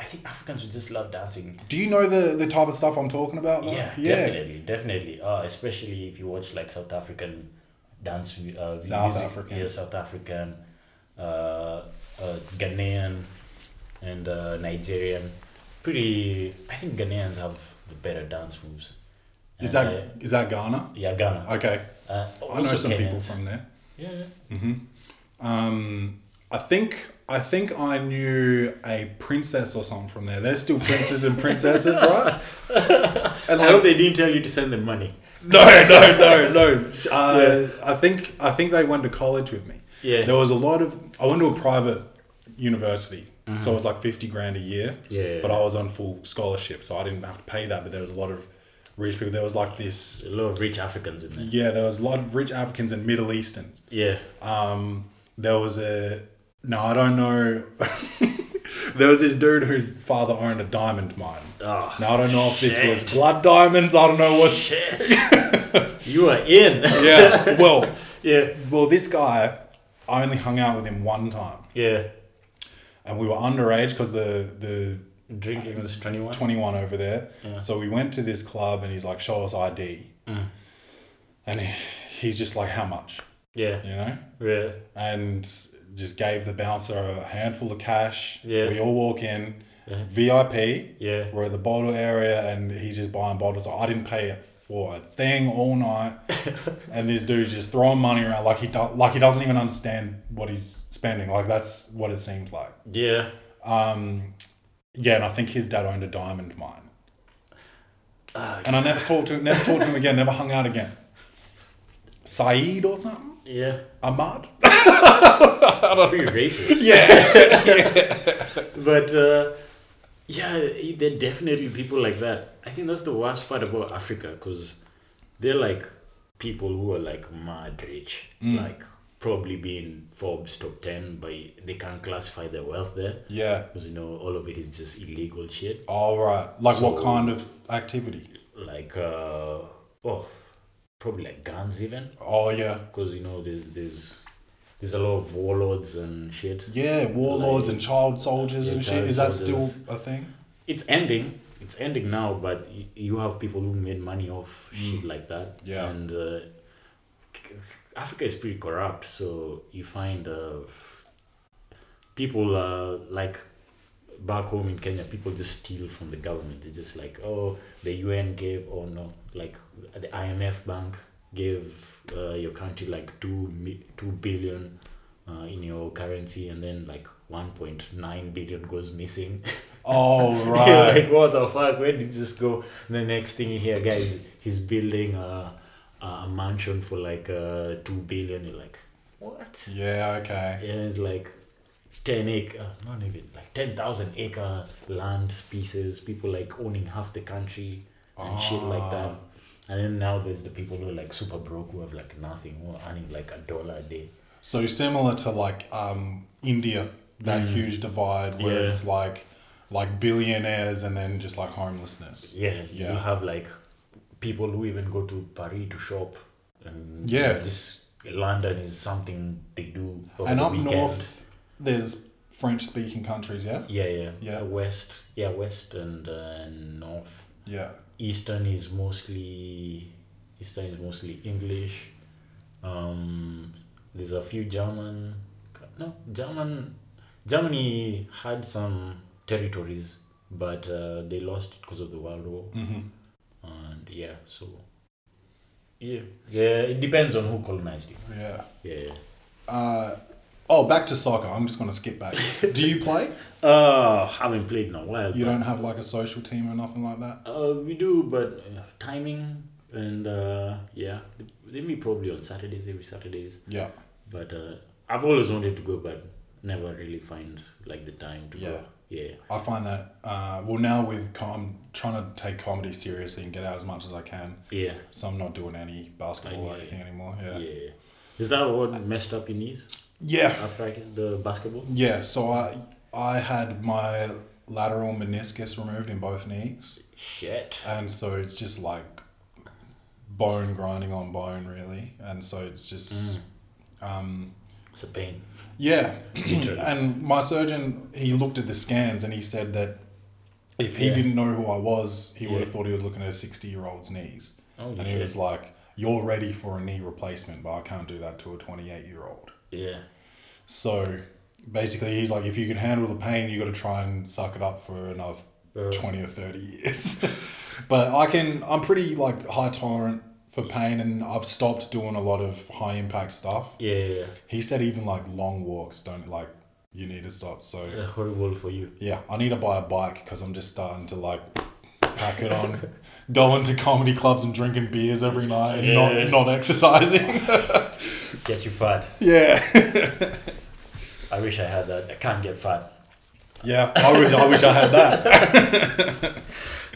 Speaker 4: I think Africans would just love dancing.
Speaker 1: Do you know the the type of stuff I'm talking about? though?
Speaker 4: Yeah, definitely, definitely. Uh, especially if you watch like South African dance mu- uh,
Speaker 1: South
Speaker 4: music.
Speaker 1: African.
Speaker 4: Yeah, South African, uh, uh, Ghanaian, and uh, Nigerian. Pretty. I think Ghanaians have the better dance moves.
Speaker 1: Is
Speaker 4: And,
Speaker 1: that is
Speaker 4: uh,
Speaker 1: that Ghana?
Speaker 4: yeah, Ghana.
Speaker 1: Okay,
Speaker 4: Uh,
Speaker 1: I know
Speaker 4: also
Speaker 1: some people
Speaker 4: Kenyans.
Speaker 1: from there.
Speaker 4: Yeah, yeah.
Speaker 1: Um, I think I think I knew a princess or something from there. They're still princes and
Speaker 4: <laughs>
Speaker 1: princesses, right? And
Speaker 4: I hope they didn't tell you to send them money.
Speaker 1: No, no, no,
Speaker 4: <laughs>
Speaker 1: no. Uh, I think I think they went to college with me.
Speaker 4: Yeah.
Speaker 1: There was a lot of I went to a private university, so it was like fifty grand a year.
Speaker 4: Mm. Yeah.
Speaker 1: But I was on full scholarship, so I didn't have to pay that. But there was a lot of rich people. There was like this.
Speaker 4: There's a lot of rich Africans in there.
Speaker 1: Yeah, there was a lot of rich Africans and Middle Easterns.
Speaker 4: Yeah.
Speaker 1: Um, there was a no, I don't know. <laughs> there was this dude whose father owned a diamond mine.
Speaker 4: Ah,
Speaker 1: now I don't know if this was
Speaker 4: shit.
Speaker 1: blood diamonds. I don't know what's.
Speaker 4: Shit. you are in. <laughs>
Speaker 1: Yeah. Well,
Speaker 4: yeah.
Speaker 1: well, this guy, I only hung out with him one time,
Speaker 4: Yeah.
Speaker 1: and we were underage because the the
Speaker 4: Drinking was 21.
Speaker 1: 21 over there. So we went to this club and he's like, show us ID.
Speaker 4: Mm.
Speaker 1: And he- he's just like, how much?
Speaker 4: Yeah.
Speaker 1: You know?
Speaker 4: Yeah.
Speaker 1: And just gave the bouncer a handful of cash.
Speaker 4: Yeah.
Speaker 1: We all walk in.
Speaker 4: Yeah.
Speaker 1: VIP.
Speaker 4: Yeah.
Speaker 1: We're at the bottle area and he's just buying bottles. I didn't pay it for a thing all
Speaker 4: <laughs>
Speaker 1: night. and this dude's just throwing money around like he do- like he doesn't even understand what he's spending. Like that's what it seems like.
Speaker 4: Yeah.
Speaker 1: Um, yeah, and I think his dad owned a diamond mine.
Speaker 4: Ah,
Speaker 1: and I never talked to him, never talked to him again, never hung out again. Saeed or something?
Speaker 4: Yeah.
Speaker 1: Ahmad?
Speaker 4: That's pretty racist.
Speaker 1: yeah.
Speaker 4: <laughs> But uh, yeah, there are definitely people like that. I think that's the worst part about Africa because they're like people who are like mad rich, like probably being Forbes top 10, but they can't classify their wealth there
Speaker 1: Yeah.
Speaker 4: because you know all of it is just illegal shit.
Speaker 1: All right. Like what
Speaker 4: So-
Speaker 1: kind of activity?
Speaker 4: Like, uh, oh, probably like guns even
Speaker 1: Oh yeah.
Speaker 4: because you know there's there's there's a lot of warlords and shit.
Speaker 1: Yeah, warlords and child soldiers
Speaker 4: Yeah,
Speaker 1: and shit.
Speaker 4: child
Speaker 1: Is that still
Speaker 4: soldiers.
Speaker 1: a
Speaker 4: <laughs>
Speaker 1: thing?
Speaker 4: it's ending it's ending now but y- you have people who made money off shit like that
Speaker 1: Yeah.
Speaker 4: and uh, c- africa is pretty corrupt so you find uh, people uh, like back home in kenya people just steal from the government they just like oh the un gave or no like the imf bank gave uh, your country like 2 mi- 2 billion uh, in your currency and then like 1.9 billion goes missing
Speaker 1: Oh
Speaker 4: <laughs> you're
Speaker 1: right.
Speaker 4: like, what the fuck? Where did this go? And the next thing you hear, guys, he's building a, a mansion for like uh, two billion. You're like, what?
Speaker 1: Yeah, okay.
Speaker 4: Yeah, it's like ten acre, not even like ten thousand acre land pieces. People like owning half the country and shit like that. And then now there's the people who are like super broke who have like nothing, who are earning like a dollar a day.
Speaker 1: So similar to like um India, that huge divide where
Speaker 4: Mm. Yeah.
Speaker 1: it's like like billionaires and then just like homelessness.
Speaker 4: Yeah, you
Speaker 1: Yeah.
Speaker 4: have like people who even go to Paris to shop. And
Speaker 1: Yeah.
Speaker 4: just London is something they do. Over
Speaker 1: And
Speaker 4: the
Speaker 1: up
Speaker 4: weekend.
Speaker 1: north there's French speaking countries, yeah?
Speaker 4: Yeah, yeah,
Speaker 1: Yeah.
Speaker 4: West, yeah, west and uh, north.
Speaker 1: Yeah.
Speaker 4: Eastern is mostly Eastern is mostly English. Um, there's a few German. No, German. Germany had some territories, but uh, they lost because of the World War.
Speaker 1: Mm-hmm.
Speaker 4: and yeah so yeah yeah it depends on who colonized you
Speaker 1: Yeah.
Speaker 4: yeah <laughs>
Speaker 1: Uh, oh, back to soccer. I'm just going to skip
Speaker 4: <laughs>
Speaker 1: back. Do you play?
Speaker 4: uh haven't played in a while
Speaker 1: You
Speaker 4: but,
Speaker 1: don't have like a social team or nothing like that?
Speaker 4: uh we do but uh, timing and uh yeah they- they meet probably on saturdays every saturdays
Speaker 1: Yeah.
Speaker 4: but uh i've always wanted to go but never really find like the time to go yeah
Speaker 1: I find that, uh, well, now with com- I'm trying to take comedy seriously and get out as much as I can.
Speaker 4: yeah
Speaker 1: So I'm not doing any basketball or anything anymore. Yeah.
Speaker 4: yeah,
Speaker 1: Yeah.
Speaker 4: is that what messed up your knees
Speaker 1: Yeah.
Speaker 4: after I get the basketball
Speaker 1: so I, I had my lateral meniscus removed in both knees.
Speaker 4: shit
Speaker 1: And so it's just like bone grinding on bone, really. And so it's just.
Speaker 4: Mm.
Speaker 1: Um,
Speaker 4: it's a pain <clears throat>
Speaker 1: Yeah.
Speaker 4: Literally.
Speaker 1: and my surgeon, he looked at the scans and he said that if he
Speaker 4: Yeah.
Speaker 1: didn't know who I was, he would
Speaker 4: Yeah.
Speaker 1: have thought he was looking at a 60 year old's knees.
Speaker 4: Holy
Speaker 1: and he
Speaker 4: shit.
Speaker 1: was like, You're ready for a knee replacement, but I can't do that to a 28 year old.
Speaker 4: yeah
Speaker 1: So basically, he's like, If you can handle the pain, you got to try and suck it up for another
Speaker 4: Uh.
Speaker 1: 20 or 30 years. <laughs> but I can, I'm pretty like high tolerant for pain and I've stopped doing a lot of high impact stuff.
Speaker 4: yeah yeah,
Speaker 1: He said even like long walks don't like you need to stop.
Speaker 4: yeah.
Speaker 1: So
Speaker 4: Uh, horrible for you
Speaker 1: yeah, I need to buy a bike because I'm just starting to like pack it on, <laughs> going to comedy clubs and drinking beers every night and
Speaker 4: Yeah.
Speaker 1: not not exercising. <laughs>
Speaker 4: get you fat
Speaker 1: yeah,
Speaker 4: I wish I had that. I can't get fat.
Speaker 1: yeah. I wish I wish I had
Speaker 4: <laughs>
Speaker 1: that.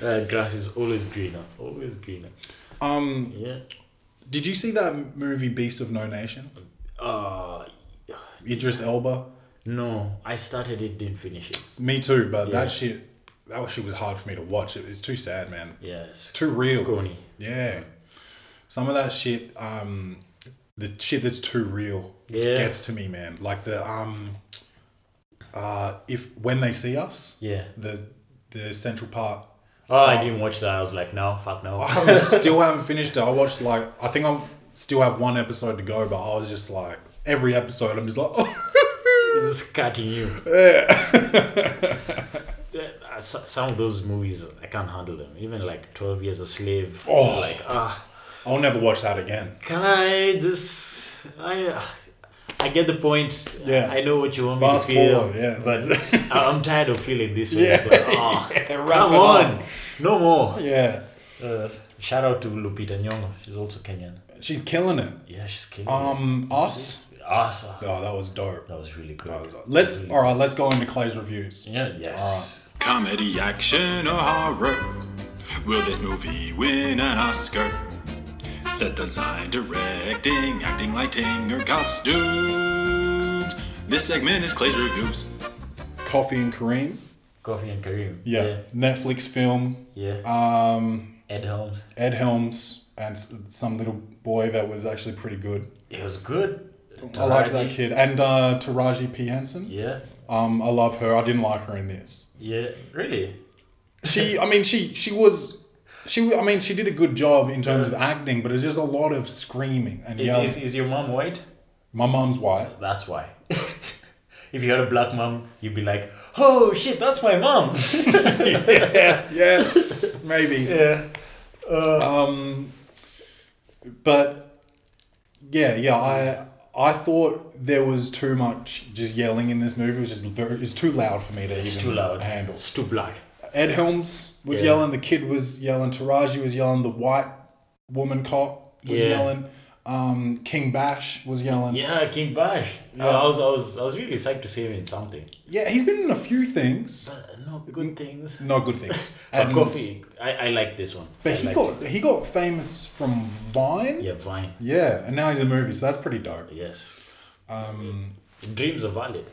Speaker 4: Uh, grass is always greener. Always greener.
Speaker 1: Um,
Speaker 4: Yeah.
Speaker 1: did you see that movie Beast of No Nation?
Speaker 4: Uh,
Speaker 1: Idris Elba.
Speaker 4: no, I started it, didn't finish it.
Speaker 1: It's me too, but
Speaker 4: Yeah.
Speaker 1: that shit, that shit was hard for me to watch. It, it's too sad, man.
Speaker 4: Yes.
Speaker 1: Too real.
Speaker 4: Corny.
Speaker 1: Yeah. Some of that shit, um, the shit that's too real
Speaker 4: Yeah.
Speaker 1: gets to me, man. Like the um uh, if when they see us,
Speaker 4: Yeah.
Speaker 1: the the Central Park.
Speaker 4: Oh, I didn't watch that. I was like, no, fuck <laughs> no.
Speaker 1: I haven't- still haven't finished it. I watched like I think I'm still have one episode to go, but I was just like every episode I'm just like <laughs> oh,
Speaker 4: This is cutting <laughs> you. Yeah, uh, s- Some of those movies, I can't handle them. Even like 12 Years a Slave.
Speaker 1: Oh.
Speaker 4: Like, ah.
Speaker 1: I'll never watch that again.
Speaker 4: Can I just I I get the point.
Speaker 1: Yeah.
Speaker 4: I know what you want
Speaker 1: Fast
Speaker 4: me to feel.
Speaker 1: forward, yeah,
Speaker 4: But
Speaker 1: that's-
Speaker 4: I- I'm tired of feeling this way.
Speaker 1: Yeah,
Speaker 4: It's like, oh,
Speaker 1: <laughs> yeah, wrap
Speaker 4: come
Speaker 1: it up. Uh,
Speaker 4: on. No more.
Speaker 1: <laughs> Yeah,
Speaker 4: Shout out to Lupita Nyong'o. She's also Kenyan.
Speaker 1: she's killing it.
Speaker 4: Yeah, she's killing
Speaker 1: Um, us.
Speaker 4: it. Awesome.
Speaker 1: Oh, that was dope.
Speaker 4: That was really good.
Speaker 1: Let's all right. Let's go into Clay's reviews.
Speaker 4: Mm-hmm. Yeah, yes.
Speaker 1: Uh,
Speaker 6: Comedy, action, or horror? Will this movie win an Oscar? Set design, directing, acting, lighting, or costumes? This segment is Clay's Reviews.
Speaker 1: Coffee and Kareem.
Speaker 4: Coffee and Kareem.
Speaker 1: Yeah, Netflix film.
Speaker 4: Yeah.
Speaker 1: Um,
Speaker 4: Ed Helms.
Speaker 1: Ed Helms and s- some little boy that was actually pretty good.
Speaker 4: It was good.
Speaker 1: I liked that
Speaker 4: Taraji.
Speaker 1: kid. And uh, Taraji P. Henson.
Speaker 4: Yeah.
Speaker 1: Um, I love her. I didn't like her in this.
Speaker 4: Yeah. Really?
Speaker 1: She, I mean, she she was, she, I mean, she did a good job in terms of acting, but it's just a lot of screaming and
Speaker 4: Is,
Speaker 1: yelling.
Speaker 4: is, is your mom white?
Speaker 1: My mom's white.
Speaker 4: That's why. <laughs> if you had a black mom, you'd be like, oh shit, that's my mom.
Speaker 1: Yeah, <laughs> maybe.
Speaker 4: yeah.
Speaker 1: Um, but yeah, yeah, I. I thought there was too much just yelling in this movie, which is very, it's too loud for me to
Speaker 4: It's
Speaker 1: even
Speaker 4: too loud.
Speaker 1: handle.
Speaker 4: It's too black.
Speaker 1: Ed Helms was
Speaker 4: Yeah.
Speaker 1: yelling, the kid was yelling, Taraji was yelling, the white woman cop was
Speaker 4: Yeah.
Speaker 1: yelling, um, King Bash was yelling. Yeah.
Speaker 4: Yeah, King Bash. Oh, I, I was, I was, I was really psyched to see him in something.
Speaker 1: he's been in a few things.
Speaker 4: Uh, no good things.
Speaker 1: Not good
Speaker 4: <laughs>
Speaker 1: things.
Speaker 4: But
Speaker 1: Mm. And-
Speaker 4: coffee. I, I like this one. I
Speaker 1: But he
Speaker 4: liked
Speaker 1: got he got famous from Vine.
Speaker 4: it. Yeah, Vine.
Speaker 1: Yeah, and now he's in movies, so that's pretty dope.
Speaker 4: Yes. Um. Dreams are valid.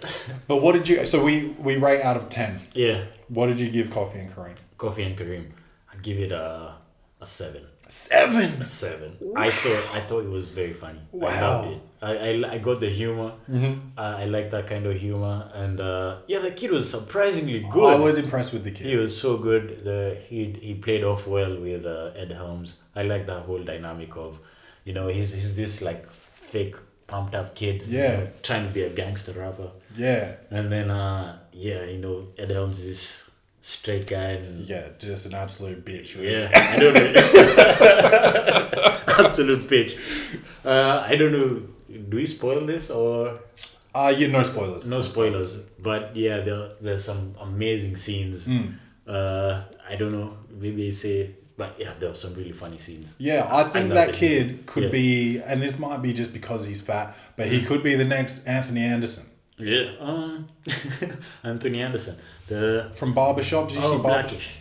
Speaker 1: But what did you so we we rate out of ten.
Speaker 4: yeah.
Speaker 1: What did you give Coffee and Kareem?
Speaker 4: Coffee and Kareem. I'd give it a a seven.
Speaker 1: Seven.
Speaker 4: Seven. I thought I thought it was very funny. I
Speaker 1: Wow.
Speaker 4: loved it. I, I, I got the humor. Mm-hmm. I, I like that kind of humor, and uh, yeah, the kid was surprisingly good.
Speaker 1: I was impressed with the kid.
Speaker 4: he was so good. The he he played off well with uh, Ed Helms. I like that whole dynamic of, you know, he's he's this like fake pumped up kid. you
Speaker 1: Yeah.
Speaker 4: know, trying to be a gangster rapper,
Speaker 1: Yeah.
Speaker 4: and then uh yeah, you know, Ed Helms is this straight guy and
Speaker 1: Yeah, just an absolute bitch. really.
Speaker 4: yeah, I don't know. <laughs> Absolute pitch. Uh, I don't know. Do we spoil this or
Speaker 1: Uh yeah, no spoilers.
Speaker 4: no spoilers? But yeah, there there's some amazing scenes. Uh, I don't know. Maybe say, but yeah, there are some really funny scenes.
Speaker 1: Yeah, I think
Speaker 4: love
Speaker 1: that
Speaker 4: it.
Speaker 1: kid could
Speaker 4: Yeah. Mm.
Speaker 1: be, and this might be just because he's fat, but he could be the next Anthony Anderson
Speaker 4: Yeah. Um, <laughs> Anthony Anderson, the
Speaker 1: from Barbershop. Did you
Speaker 4: oh
Speaker 1: see Barbershop?
Speaker 4: blackish.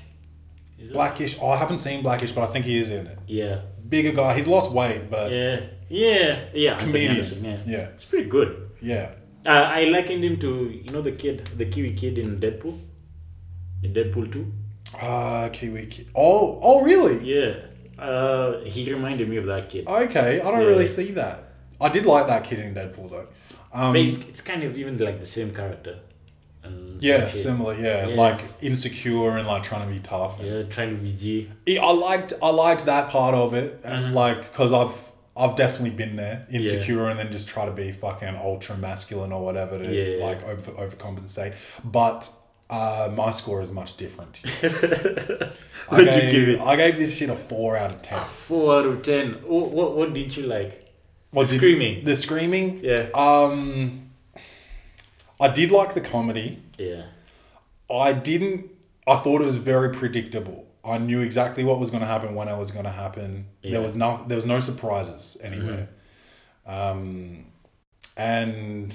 Speaker 4: Is it-
Speaker 1: Blackish. Oh, I haven't seen Blackish, but I think he is in it.
Speaker 4: Yeah.
Speaker 1: Bigger guy. He's lost weight, but yeah,
Speaker 4: Yeah. Yeah. Yeah. Anthony
Speaker 1: Comedian.
Speaker 4: Anderson. Yeah.
Speaker 1: Yeah.
Speaker 4: It's pretty good.
Speaker 1: yeah.
Speaker 4: Uh, I likened him to you know the kid, the Kiwi kid in Deadpool, in Deadpool two.
Speaker 1: Ah, Kiwi kid. Oh, oh, really?
Speaker 4: Yeah, uh, he reminded me of that kid.
Speaker 1: Okay, I don't
Speaker 4: Yeah.
Speaker 1: really see that. I did like that kid in Deadpool though. Um,
Speaker 4: but it's, it's kind of even like the same character. And same
Speaker 1: Yeah,
Speaker 4: kid.
Speaker 1: similar. Yeah,
Speaker 4: Yeah.
Speaker 1: like insecure and like trying to be tough.
Speaker 4: Yeah, trying to be G.
Speaker 1: Yeah, I liked I liked that part of it, and
Speaker 4: Mm-hmm.
Speaker 1: like because I've I've definitely been there, insecure, and then just try to be fucking ultra masculine or whatever to
Speaker 4: Yeah, yeah,
Speaker 1: like over, overcompensate. But uh, my score is much
Speaker 4: <laughs>
Speaker 1: different. I
Speaker 4: What'd you
Speaker 1: gave,
Speaker 4: give it?
Speaker 1: I gave this shit a four out of ten.
Speaker 4: Four out of ten. What what, what did you like?
Speaker 1: Was it-
Speaker 4: screaming.
Speaker 1: The screaming.
Speaker 4: Yeah.
Speaker 1: Um, I did like the comedy.
Speaker 4: yeah.
Speaker 1: I didn't. I thought it was very predictable. I knew exactly what was going to happen when it was going to happen.
Speaker 4: Yeah.
Speaker 1: There was no there was no surprises anywhere.
Speaker 4: Mm-hmm.
Speaker 1: Um, and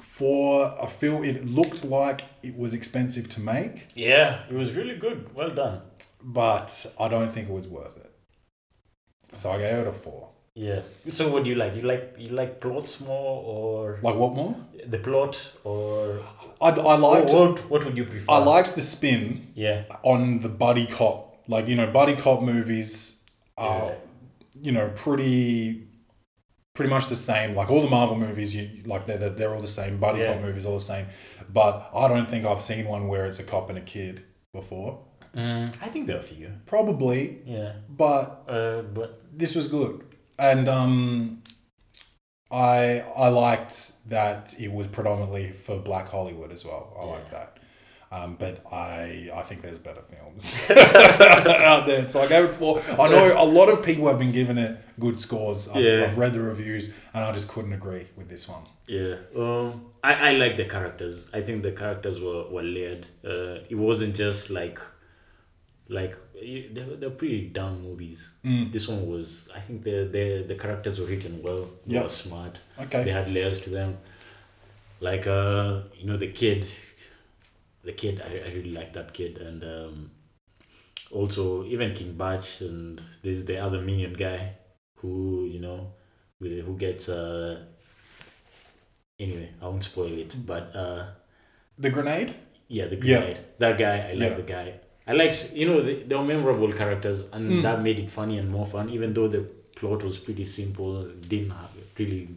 Speaker 1: for a film, it looked like it was expensive to make,
Speaker 4: Yeah, it was really good. Well done.
Speaker 1: but I don't think it was worth it. So I gave it a four.
Speaker 4: Yeah. So what do you like? You like you like plots more or
Speaker 1: Like what more?
Speaker 4: the plot or
Speaker 1: I, I liked
Speaker 4: what what would you prefer?
Speaker 1: I liked the spin
Speaker 4: Yeah.
Speaker 1: on the buddy cop. Like, you know, buddy cop movies are, you know, pretty pretty much the same. Like all the Marvel movies, you like they're they're all the same. Buddy
Speaker 4: Yeah.
Speaker 1: cop movies all the same. But I don't think I've seen one where it's a cop and a kid before.
Speaker 4: I think there are a few.
Speaker 1: Probably,
Speaker 4: Yeah.
Speaker 1: but
Speaker 4: Uh, but
Speaker 1: this was good, and um, I I liked that it was predominantly for Black Hollywood as well. I liked that, um, but I I think there's better films <laughs> out there. So I gave it four. I know a lot of people have been giving it good scores. I've,
Speaker 4: Yeah.
Speaker 1: I've read the reviews, and I just couldn't agree with this one.
Speaker 4: yeah, um, I I like the characters. I think the characters were were layered. Uh, it wasn't just like, like eh, they were- they're pretty dumb movies.
Speaker 1: Mm.
Speaker 4: This one was. I think the the the characters were written well. They
Speaker 1: Yep.
Speaker 4: were smart.
Speaker 1: Okay.
Speaker 4: They had layers to them. Like uh, you know the kid, the kid. I, I really like that kid and. Um, also even King Batch and there's the other minion guy who you know with- who gets uh anyway I won't spoil it but uh
Speaker 1: The grenade.
Speaker 4: yeah the
Speaker 1: Yeah.
Speaker 4: grenade that guy I like
Speaker 1: Yeah.
Speaker 4: the guy I like you know they, they were memorable characters and
Speaker 1: Mm.
Speaker 4: that made it funny and more fun even though the plot was pretty simple didn't have, really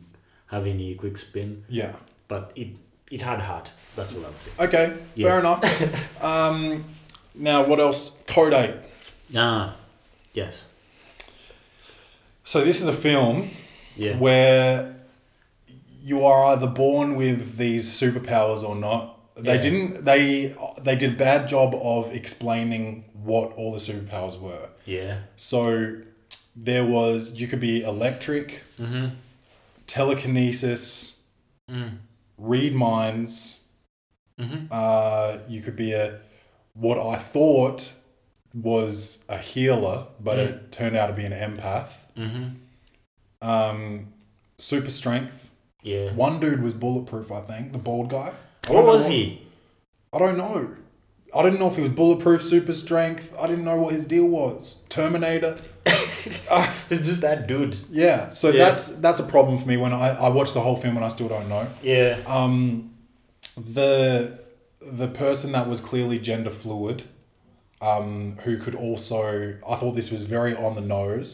Speaker 4: have any quick spin
Speaker 1: Yeah.
Speaker 4: but it it had heart that's what I'd say
Speaker 1: Okay.
Speaker 4: Yeah.
Speaker 1: Fair
Speaker 4: <laughs>
Speaker 1: enough. um, now what else? Code Eight.
Speaker 4: ah yes
Speaker 1: So this is a film
Speaker 4: yeah
Speaker 1: where you are either born with these superpowers or not. They
Speaker 4: Yeah.
Speaker 1: didn't. They they did a bad job of explaining what all the superpowers were.
Speaker 4: yeah
Speaker 1: So there was you could be electric,
Speaker 4: Mm-hmm.
Speaker 1: telekinesis, read minds.
Speaker 4: Mm-hmm.
Speaker 1: Uh, you could be a what I thought was a healer, but
Speaker 4: Mm.
Speaker 1: it turned out to be an empath.
Speaker 4: Mm-hmm.
Speaker 1: Um, super strength.
Speaker 4: yeah
Speaker 1: One dude was bulletproof, I think. The bald guy. I
Speaker 4: what
Speaker 1: don't know
Speaker 4: was he
Speaker 1: I don't know. I didn't know if he was bulletproof, super strength. I didn't know what his deal was. Terminator.
Speaker 4: it's just that dude
Speaker 1: Yeah, so
Speaker 4: Yeah.
Speaker 1: that's that's a problem for me when I, I watch the whole film and I still don't know.
Speaker 4: yeah
Speaker 1: Um, the the person that was clearly gender fluid, um, who could also I thought this was very on the nose.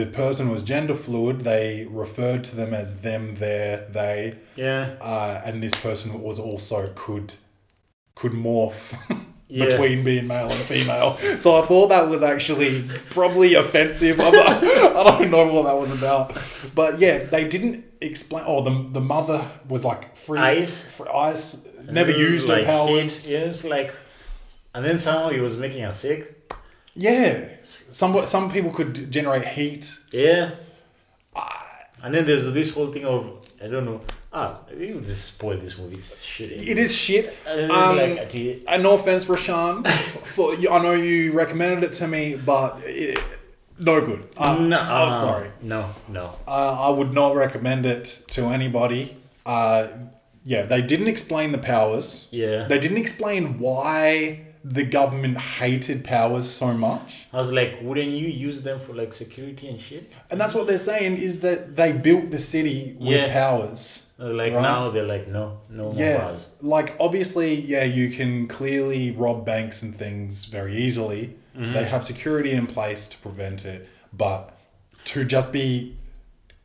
Speaker 1: The person was gender fluid. They referred to them as them, their, they,
Speaker 4: Yeah.
Speaker 1: uh, and this person was also could could morph. <laughs>
Speaker 4: Yeah.
Speaker 1: Between being male and female, so I thought that was actually probably offensive. <laughs> I'm not, I don't know what that was about, but yeah, they didn't explain. Oh, the, the mother was like free
Speaker 4: Ice?
Speaker 1: fr- ice never used her powers.
Speaker 4: He, yeah, it's like, and then somehow he was making her sick.
Speaker 1: yeah, some some people could generate heat.
Speaker 4: Yeah. And then there's this whole thing of I don't know. Ah, I think we just spoil this movie. It's shit.
Speaker 1: It is shit.
Speaker 4: And then
Speaker 1: Um,
Speaker 4: it's Uh, like at the,
Speaker 1: Uh, no offense,
Speaker 4: <laughs>
Speaker 1: Rashan. For you, I know you recommended it to me, but it, no good. Uh,
Speaker 4: no,
Speaker 1: I'm sorry.
Speaker 4: No, no.
Speaker 1: Uh, I would not recommend it to anybody. Uh, yeah, they didn't explain the powers.
Speaker 4: Yeah.
Speaker 1: They didn't explain why the government hated powers so much.
Speaker 4: I was like, wouldn't you use them for like security and shit?
Speaker 1: And that's what they're saying is that they built the city with
Speaker 4: Yeah.
Speaker 1: powers.
Speaker 4: I was Uh, like
Speaker 1: Right.
Speaker 4: now they're like, no, no more
Speaker 1: Yeah.
Speaker 4: powers.
Speaker 1: Like, obviously, yeah, you can clearly rob banks and things very easily.
Speaker 4: Mm-hmm.
Speaker 1: They have security in place to prevent it. But to just be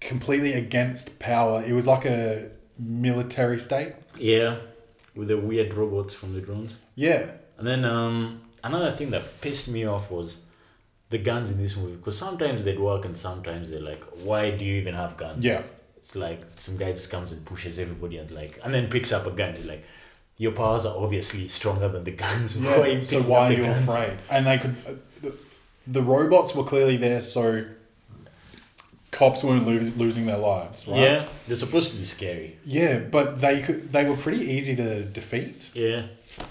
Speaker 1: completely against power, it was like a military state.
Speaker 4: Yeah, with the weird robots from the drones.
Speaker 1: Yeah.
Speaker 4: And then um, another thing that pissed me off was the guns in this movie because sometimes they'd work and sometimes they're like, why do you even have guns?
Speaker 1: Yeah.
Speaker 4: It's like some guy just comes and pushes everybody and like, and then picks up a gun. He's like, your powers are obviously stronger than the guns. <laughs>
Speaker 1: Yeah.
Speaker 4: are you
Speaker 1: so
Speaker 4: picking
Speaker 1: why
Speaker 4: up
Speaker 1: are
Speaker 4: the
Speaker 1: you
Speaker 4: guns?"
Speaker 1: afraid? And they could. uh, The, the robots were clearly there, so cops weren't lo- losing their lives, right?
Speaker 4: Yeah, they're supposed to be scary.
Speaker 1: Yeah, but they could. They were pretty easy to defeat.
Speaker 4: Yeah,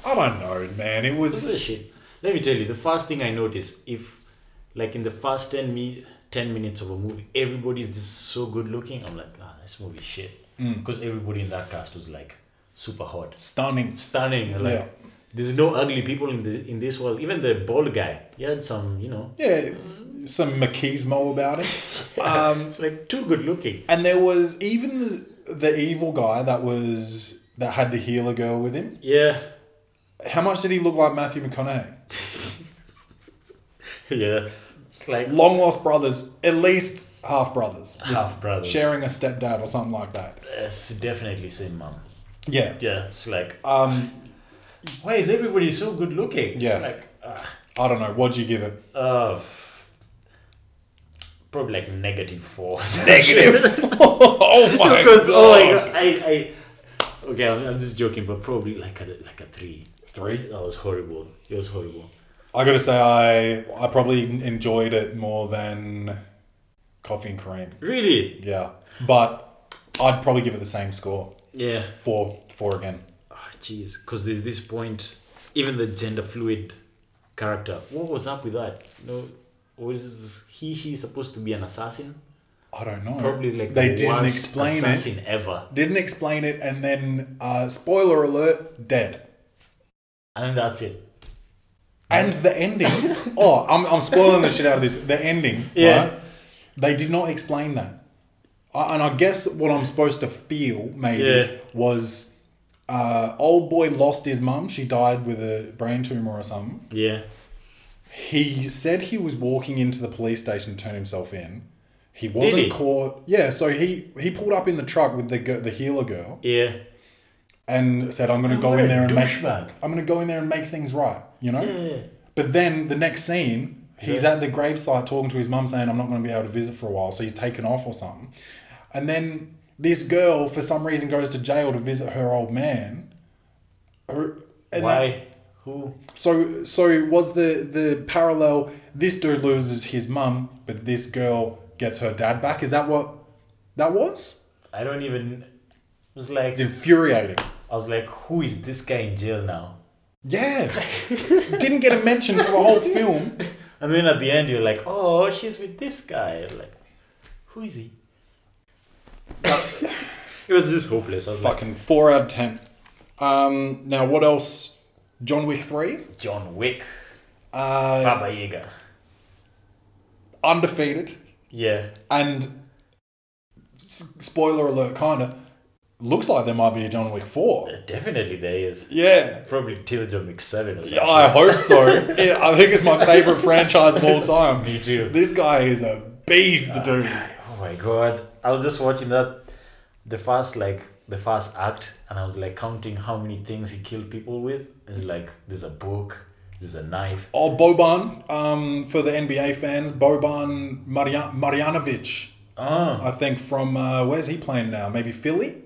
Speaker 1: I don't know, man. It
Speaker 4: this is
Speaker 1: was.
Speaker 4: shit. Let me tell you, the first thing I noticed, if like in the first 10, mi- 10 minutes of a movie, everybody's just so good looking, I'm like, ah, this movie shit.
Speaker 1: Mm.
Speaker 4: Because everybody in that cast was like super hot.
Speaker 1: Stunning.
Speaker 4: stunning. Like,
Speaker 1: Yeah.
Speaker 4: there's no ugly people in the in this world. Even the bald guy, he had some, you know,
Speaker 1: Yeah, some machismo about it. Um,
Speaker 4: it's like too good looking.
Speaker 1: and there was even the, the evil guy that was that had the healer girl with him.
Speaker 4: Yeah, <laughs>
Speaker 1: How much did he look like Matthew McConaughey?
Speaker 4: yeah. It's like
Speaker 1: Long lost brothers, at least half brothers,
Speaker 4: half brothers.
Speaker 1: sharing a stepdad or something like that.
Speaker 4: Yes, definitely same mom.
Speaker 1: Yeah.
Speaker 4: Yeah, it's like
Speaker 1: Um,
Speaker 4: why is everybody so good looking?
Speaker 1: Yeah.
Speaker 4: It's like ah,
Speaker 1: I don't know. What'd you give it?
Speaker 4: uh, f- probably like negative four.
Speaker 1: <laughs>
Speaker 4: <laughs>
Speaker 1: oh my
Speaker 4: Because oh my god, I, I okay, I'm, I'm just joking, but probably like a like a three.
Speaker 1: Three.
Speaker 4: That was horrible. It was horrible.
Speaker 1: I gotta say, I I probably enjoyed it more than Coffee and Cream.
Speaker 4: Really?
Speaker 1: Yeah, but I'd probably give it the same score.
Speaker 4: Yeah.
Speaker 1: Four, four again.
Speaker 4: Oh jeez, because there's this point, even the gender fluid character. What was up with that? No, was he she supposed to be an assassin?
Speaker 1: I don't know.
Speaker 4: Probably like
Speaker 1: they
Speaker 4: the
Speaker 1: didn't
Speaker 4: worst
Speaker 1: explain
Speaker 4: assassin
Speaker 1: it.
Speaker 4: ever.
Speaker 1: Didn't explain it, and then uh, spoiler alert, dead.
Speaker 4: And that's it.
Speaker 1: And the
Speaker 4: <laughs>
Speaker 1: ending. oh, I'm, I'm spoiling the shit out of this. The ending.
Speaker 4: Yeah.
Speaker 1: Right? They did not explain that. I, and I guess what I'm supposed to feel, maybe,
Speaker 4: Yeah.
Speaker 1: was uh, old boy lost his mum. She died with a brain tumor or something.
Speaker 4: Yeah.
Speaker 1: He said he was walking into the police station to turn himself in. He wasn't
Speaker 4: he?
Speaker 1: caught. Yeah, so he, he pulled up in the truck with the girl, the healer girl
Speaker 4: Yeah.
Speaker 1: and said, "I'm going to go
Speaker 4: what
Speaker 1: in
Speaker 4: a
Speaker 1: there and make
Speaker 4: douchebag.
Speaker 1: I'm going to go in there and make things right," you know. But then the next scene, he's
Speaker 4: Yeah.
Speaker 1: at the gravesite talking to his mum, saying, "I'm not going to be able to visit for a while," so he's taken off or something. And then this girl, for some reason, goes to jail to visit her old man. Her- and
Speaker 4: Why?
Speaker 1: that-
Speaker 4: Who?
Speaker 1: so so was the the parallel? This dude loses his mum, but this girl gets her dad back. Is that what that was?
Speaker 4: I don't even. It was like
Speaker 1: It's infuriating.
Speaker 4: I was like, who is this guy in jail now?
Speaker 1: Yeah. Didn't get a mention for the whole film.
Speaker 4: And then at the end, you're like, oh, she's with this guy. I'm like, who
Speaker 1: <coughs>
Speaker 4: is he? it was just hopeless. I was
Speaker 1: Fucking four out of ten. Um, now what else? John Wick three.
Speaker 4: like, John Wick,
Speaker 1: Uh,
Speaker 4: Baba Yaga.
Speaker 1: undefeated
Speaker 4: Yeah.
Speaker 1: and s- spoiler alert, kind of looks like there might be a John Wick four.
Speaker 4: Definitely there is.
Speaker 1: Yeah.
Speaker 4: Probably till John Wick 7 or something.
Speaker 1: Yeah, I hope so. yeah, I think it's my favorite franchise of all time.
Speaker 4: Me too.
Speaker 1: This guy is a beast, dude.
Speaker 4: Oh my god. I was just watching that, the first, like, the first act, and I was like counting how many things he killed people with. It's like, there's a book, there's a knife.
Speaker 1: Oh, Boban, um, for the NBA fans, Boban Marjan- Marjanovic.
Speaker 4: Oh.
Speaker 1: I think from uh, where's he playing now? Maybe Philly.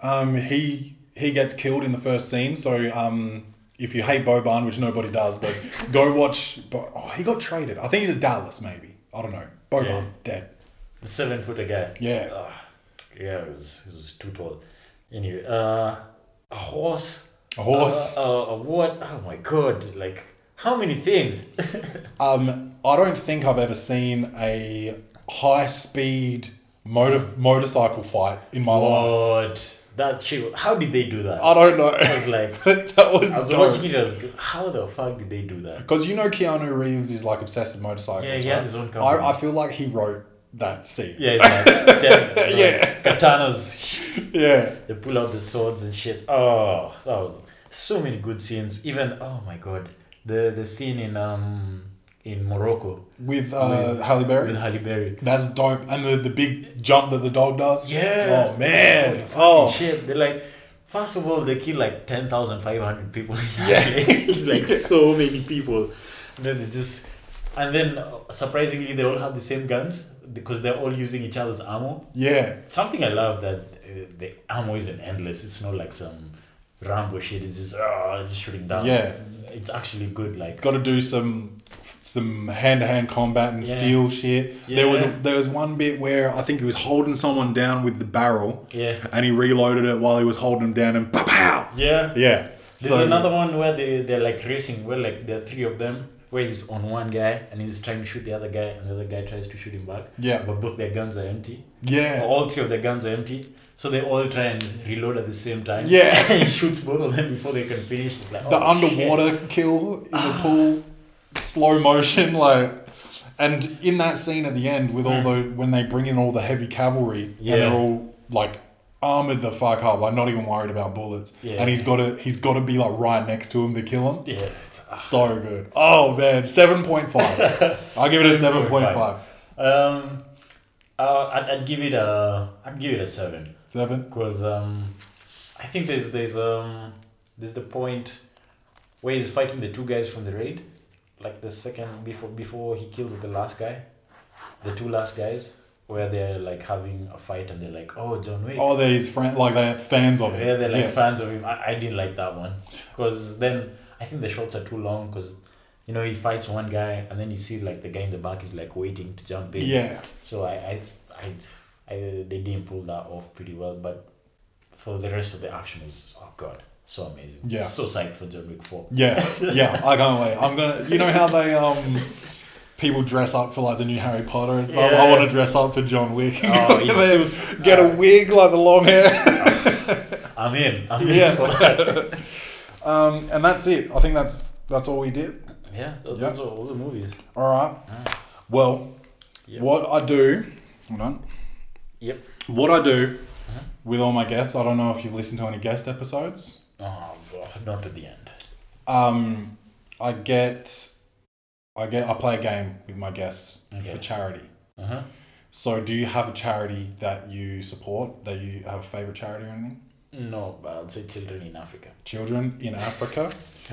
Speaker 1: Um, he he gets killed in the first scene. So um, if you hate Boban, which nobody does, but go watch. Bo- oh, he got traded. I think he's at Dallas. Maybe I don't know. Boban
Speaker 4: Yeah.
Speaker 1: dead.
Speaker 4: The seven footer guy.
Speaker 1: Yeah.
Speaker 4: Ah, yeah, it was, it was too tall. Anyway, uh, a horse.
Speaker 1: A horse.
Speaker 4: Uh, uh, a what? Oh my god! Like how many things?
Speaker 1: Um, I don't think I've ever seen a high speed motor motorcycle fight in my life.
Speaker 4: God, that shit. How did they do that?
Speaker 1: I don't know.
Speaker 4: I
Speaker 1: <laughs>
Speaker 4: was like,
Speaker 1: that was,
Speaker 4: I was
Speaker 1: dope.
Speaker 4: watching it. I was, g- how the fuck did they do that?
Speaker 1: Because you know Keanu Reeves is like obsessed with motorcycles.
Speaker 4: Yeah, he
Speaker 1: right?
Speaker 4: has his own company.
Speaker 1: I, I feel like he wrote that scene.
Speaker 4: Yeah, it's
Speaker 1: <laughs>
Speaker 4: like, damn, like,
Speaker 1: Yeah.
Speaker 4: katanas.
Speaker 1: Yeah.
Speaker 4: They pull out the swords and shit. Oh, that was so many good scenes. Even oh my god, the the scene in um in Morocco
Speaker 1: With uh, Halle Berry.
Speaker 4: with Halle Berry.
Speaker 1: That's dope. And the, the big jump that the dog does.
Speaker 4: Yeah.
Speaker 1: Oh, man.
Speaker 4: Oh
Speaker 1: Oh.
Speaker 4: shit! They're like, first of all, they kill like ten thousand five hundred people. In yeah, <laughs> place. it's like so many people. And then they just, and then uh, surprisingly, they all have the same guns because they're all using each other's ammo.
Speaker 1: Yeah.
Speaker 4: Something I love that uh, the ammo isn't endless. It's not like some Rambo shit. It's just oh, it's just shooting down.
Speaker 1: Yeah.
Speaker 4: it's actually good. Like
Speaker 1: Got to do some some hand to hand combat and
Speaker 4: Yeah.
Speaker 1: steal shit. There was a,
Speaker 4: Yeah.
Speaker 1: there was one bit where I think he was holding someone down with the barrel.
Speaker 4: Yeah.
Speaker 1: And he reloaded it while he was holding him down and pow pow.
Speaker 4: yeah,
Speaker 1: Yeah.
Speaker 4: There's another one where they, they're like racing, where like there are three of them, where he's on one guy and he's trying to shoot the other guy, and the other guy tries to shoot him back.
Speaker 1: Yeah.
Speaker 4: But both their guns are empty.
Speaker 1: Yeah.
Speaker 4: All three of their guns are empty. So they all try and reload at the same time.
Speaker 1: Yeah.
Speaker 4: and <laughs> he shoots both of them before they can finish. It's like,
Speaker 1: the
Speaker 4: oh,
Speaker 1: underwater kill in the pool, slow motion, <laughs> like, and in that scene at the end with all the when they bring in all the heavy cavalry
Speaker 4: Hmm. Yeah.
Speaker 1: and they're all like armored the fuck up, like not even worried about bullets,
Speaker 4: Yeah.
Speaker 1: and he's got to he's got to be like right next to him to kill him.
Speaker 4: shit. Yeah. it's- ah.
Speaker 1: So good. Oh man, seven point five.
Speaker 4: <laughs>
Speaker 1: I'll give it a seven point
Speaker 4: 7.5.
Speaker 1: five.
Speaker 4: Um, uh, I'd, I'd give it a I'd give it a seven
Speaker 1: Seven.
Speaker 4: because um, I I think there's there's um there's the point where he's fighting the two guys from the raid, like the second before before he kills the last guy, the two last guys, where they're like having a fight and they're like, oh John Wick.
Speaker 1: Oh, they're his friend, like they're fans of him.
Speaker 4: Yeah, they're like
Speaker 1: yeah.
Speaker 4: fans of him. I, I didn't like that one because then I think the shots are too long because you know he fights one guy and then you see like the guy in the back is like waiting to jump in.
Speaker 1: Yeah.
Speaker 4: So I I, I, I they didn't pull that off pretty well, but for the rest of the action is oh god, so amazing.
Speaker 1: Yeah.
Speaker 4: So psyched for John Wick four.
Speaker 1: Yeah, yeah, I can't wait. I'm gonna, you know how they um, people dress up for like the new Harry Potter and stuff. I
Speaker 4: Yeah.
Speaker 1: want to dress up for John Wick. <laughs>
Speaker 4: Oh, he
Speaker 1: They
Speaker 4: suits-
Speaker 1: get a wig like the long
Speaker 4: <laughs>
Speaker 1: hair.
Speaker 4: I'm in. I'm in.
Speaker 1: yeah. um, and that's it. I think that's that's all we did.
Speaker 4: Yeah. Those,
Speaker 1: Yeah.
Speaker 4: those are all the movies.
Speaker 1: All right. Well,
Speaker 4: Yeah.
Speaker 1: what I do, hold on.
Speaker 4: Yep.
Speaker 1: What I do with all my guests, I don't know if you've listened to any guest episodes.
Speaker 4: Oh, God, not to the end.
Speaker 1: Um, I get, I get, I play a game with my guests for charity.
Speaker 4: Uh-huh.
Speaker 1: So, do you have a charity that you support? That you have a favorite charity or anything?
Speaker 4: No, but I'd say children in Africa.
Speaker 1: Children in Africa,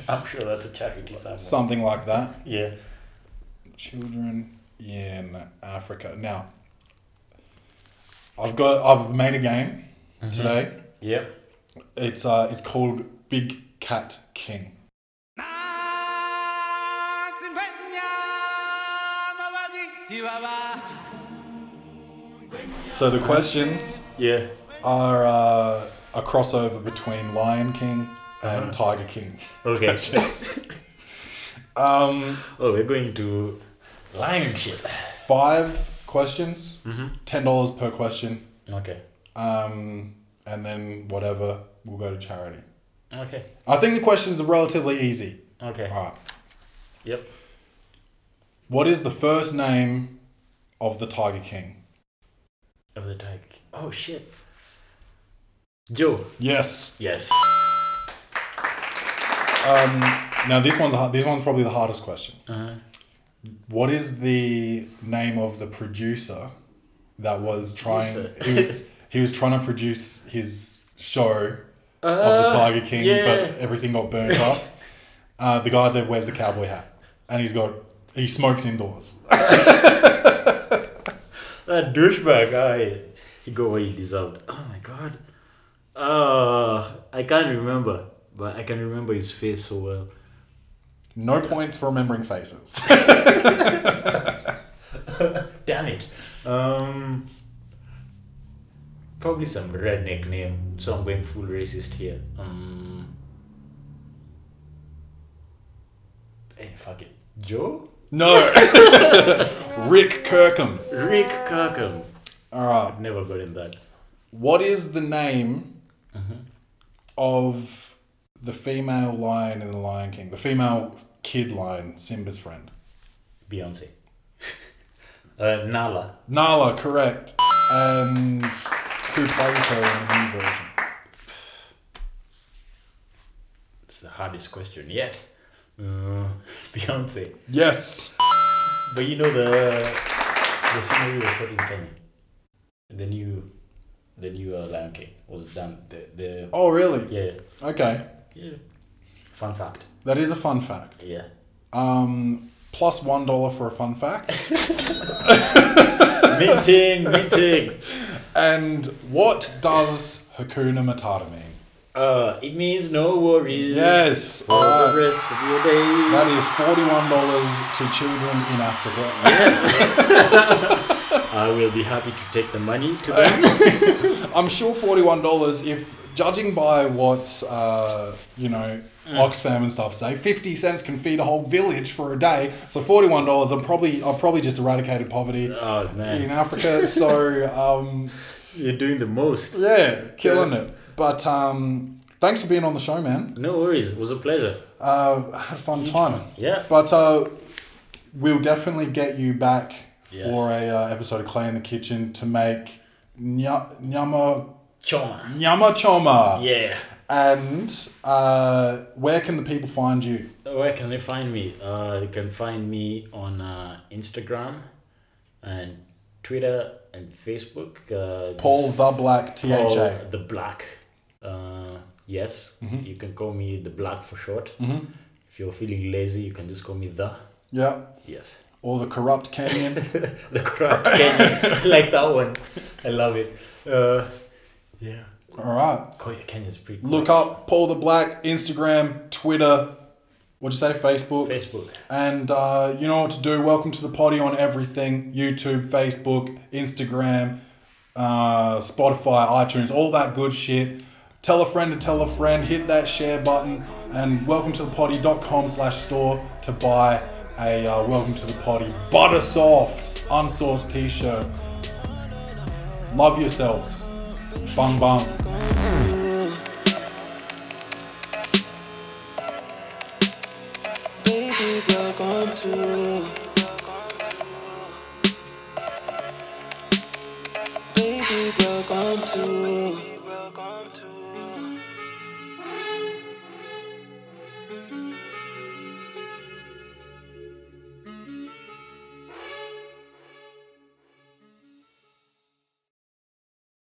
Speaker 4: I'm sure that's a charity somewhere.
Speaker 1: something like that.
Speaker 4: Yeah.
Speaker 1: Children in Africa. Now, I've got, I've made a game today.
Speaker 4: Yep.
Speaker 1: It's uh, it's called Big Cat King. So the questions
Speaker 4: Yeah.
Speaker 1: are uh, a crossover between Lion King and
Speaker 4: Uh-huh.
Speaker 1: Tiger King. <laughs>
Speaker 4: Okay.
Speaker 1: Um,
Speaker 4: oh, we're going to lion shit.
Speaker 1: five questions,
Speaker 4: Mm-hmm.
Speaker 1: ten dollars per question,
Speaker 4: Okay.
Speaker 1: um, and then whatever will go to charity.
Speaker 4: Okay.
Speaker 1: I think the questions are relatively easy.
Speaker 4: Okay.
Speaker 1: All right.
Speaker 4: Yep.
Speaker 1: What is the first name of the Tiger King?
Speaker 4: Of the tiger. King. Oh shit. Joe.
Speaker 1: Yes.
Speaker 4: Yes.
Speaker 1: Um, now this one's hard, this one's probably the hardest question.
Speaker 4: Uh-huh.
Speaker 1: What is the name of the producer that was trying?
Speaker 4: Producer.
Speaker 1: He was
Speaker 4: <laughs>
Speaker 1: he was trying to produce his show of the Tiger King,
Speaker 4: Uh-huh. yeah.
Speaker 1: but everything got burnt up.
Speaker 4: <laughs>
Speaker 1: Uh, the guy that wears the cowboy hat and he's got he smokes indoors.
Speaker 4: That douchebag. I. He got what he deserved. Oh my god. Uh, I can't remember, but I can remember his face so well.
Speaker 1: No points for remembering faces. <laughs>
Speaker 4: Damn it. Um. Probably some redneck name, so I'm going full racist here. Um. Hey, eh, fuck it. Joe? <laughs>
Speaker 1: no, <laughs> Rick Kirkham.
Speaker 4: Rick Kirkham.
Speaker 1: All right.
Speaker 4: Never gotten that.
Speaker 1: What is the name of the female lion in the Lion King? The female kid lion, Simba's friend.
Speaker 4: Beyonce. <laughs> uh, Nala.
Speaker 1: Nala, correct. And who plays her in the new version?
Speaker 4: It's the hardest question yet. Uh, <laughs> Beyonce.
Speaker 1: Yes.
Speaker 4: But you know the the scenery was shot in Kenya. The new the new uh, Lion King was done. The the
Speaker 1: Oh, really?
Speaker 4: yeah
Speaker 1: Okay.
Speaker 4: yeah. Fun fact.
Speaker 1: That is a fun fact.
Speaker 4: Yeah.
Speaker 1: Um, plus one dollar for a fun fact. <laughs>
Speaker 4: Minting, minting.
Speaker 1: and what does Hakuna Matata mean?
Speaker 4: Uh, it means no worries.
Speaker 1: Yes. Ah.
Speaker 4: For the rest of your day.
Speaker 1: That is forty-one dollars to children in Africa.
Speaker 4: I will be happy to take the money
Speaker 1: <laughs>
Speaker 4: to them.
Speaker 1: I'm sure forty-one dollars. If judging by what uh, you know, Oxfam and stuff say, fifty cents can feed a whole village for a day. So forty-one dollars, I'm probably I've probably just eradicated poverty
Speaker 4: oh man,
Speaker 1: in Africa. so um,
Speaker 4: you're doing the most.
Speaker 1: yeah, killing it. But um, thanks for being on the show, man.
Speaker 4: No worries. It was a pleasure.
Speaker 1: Uh, I had a fun time.
Speaker 4: Yeah.
Speaker 1: But uh, we'll definitely get you back
Speaker 4: Yes.
Speaker 1: for a uh, episode of Clay in the Kitchen to make nya- nyama
Speaker 4: Choma.
Speaker 1: nyama choma.
Speaker 4: Yeah.
Speaker 1: And uh, where can the people find you?
Speaker 4: Where can they find me? Uh, you can find me on uh, Instagram and Twitter and Facebook. Uh,
Speaker 1: Paul the Black T H
Speaker 4: Paul
Speaker 1: A.
Speaker 4: the Black. Uh, Yes. You can call me the Black for short. If you're feeling lazy, you can just call me the.
Speaker 1: Yeah.
Speaker 4: Yes. <laughs>
Speaker 1: Or the corrupt Kenyan.
Speaker 4: The corrupt Kenyan. I like that one. I love it. Uh, yeah.
Speaker 1: All right.
Speaker 4: Koya Kenyan's pretty cool.
Speaker 1: Look up Paul the Black, Instagram, Twitter. What'd you say? Facebook.
Speaker 4: Facebook.
Speaker 1: And uh, you know what to do. Welcome to the potty on everything YouTube, Facebook, Instagram, uh, Spotify, iTunes, all that good shit. Tell a friend to tell a friend, hit that share button, and welcome to the potty.com slash store to buy a uh, Welcome to the Potty Butter Soft Unsourced t shirt. Love yourselves. Bung bung.
Speaker 2: Baby, welcome to. Baby, welcome to.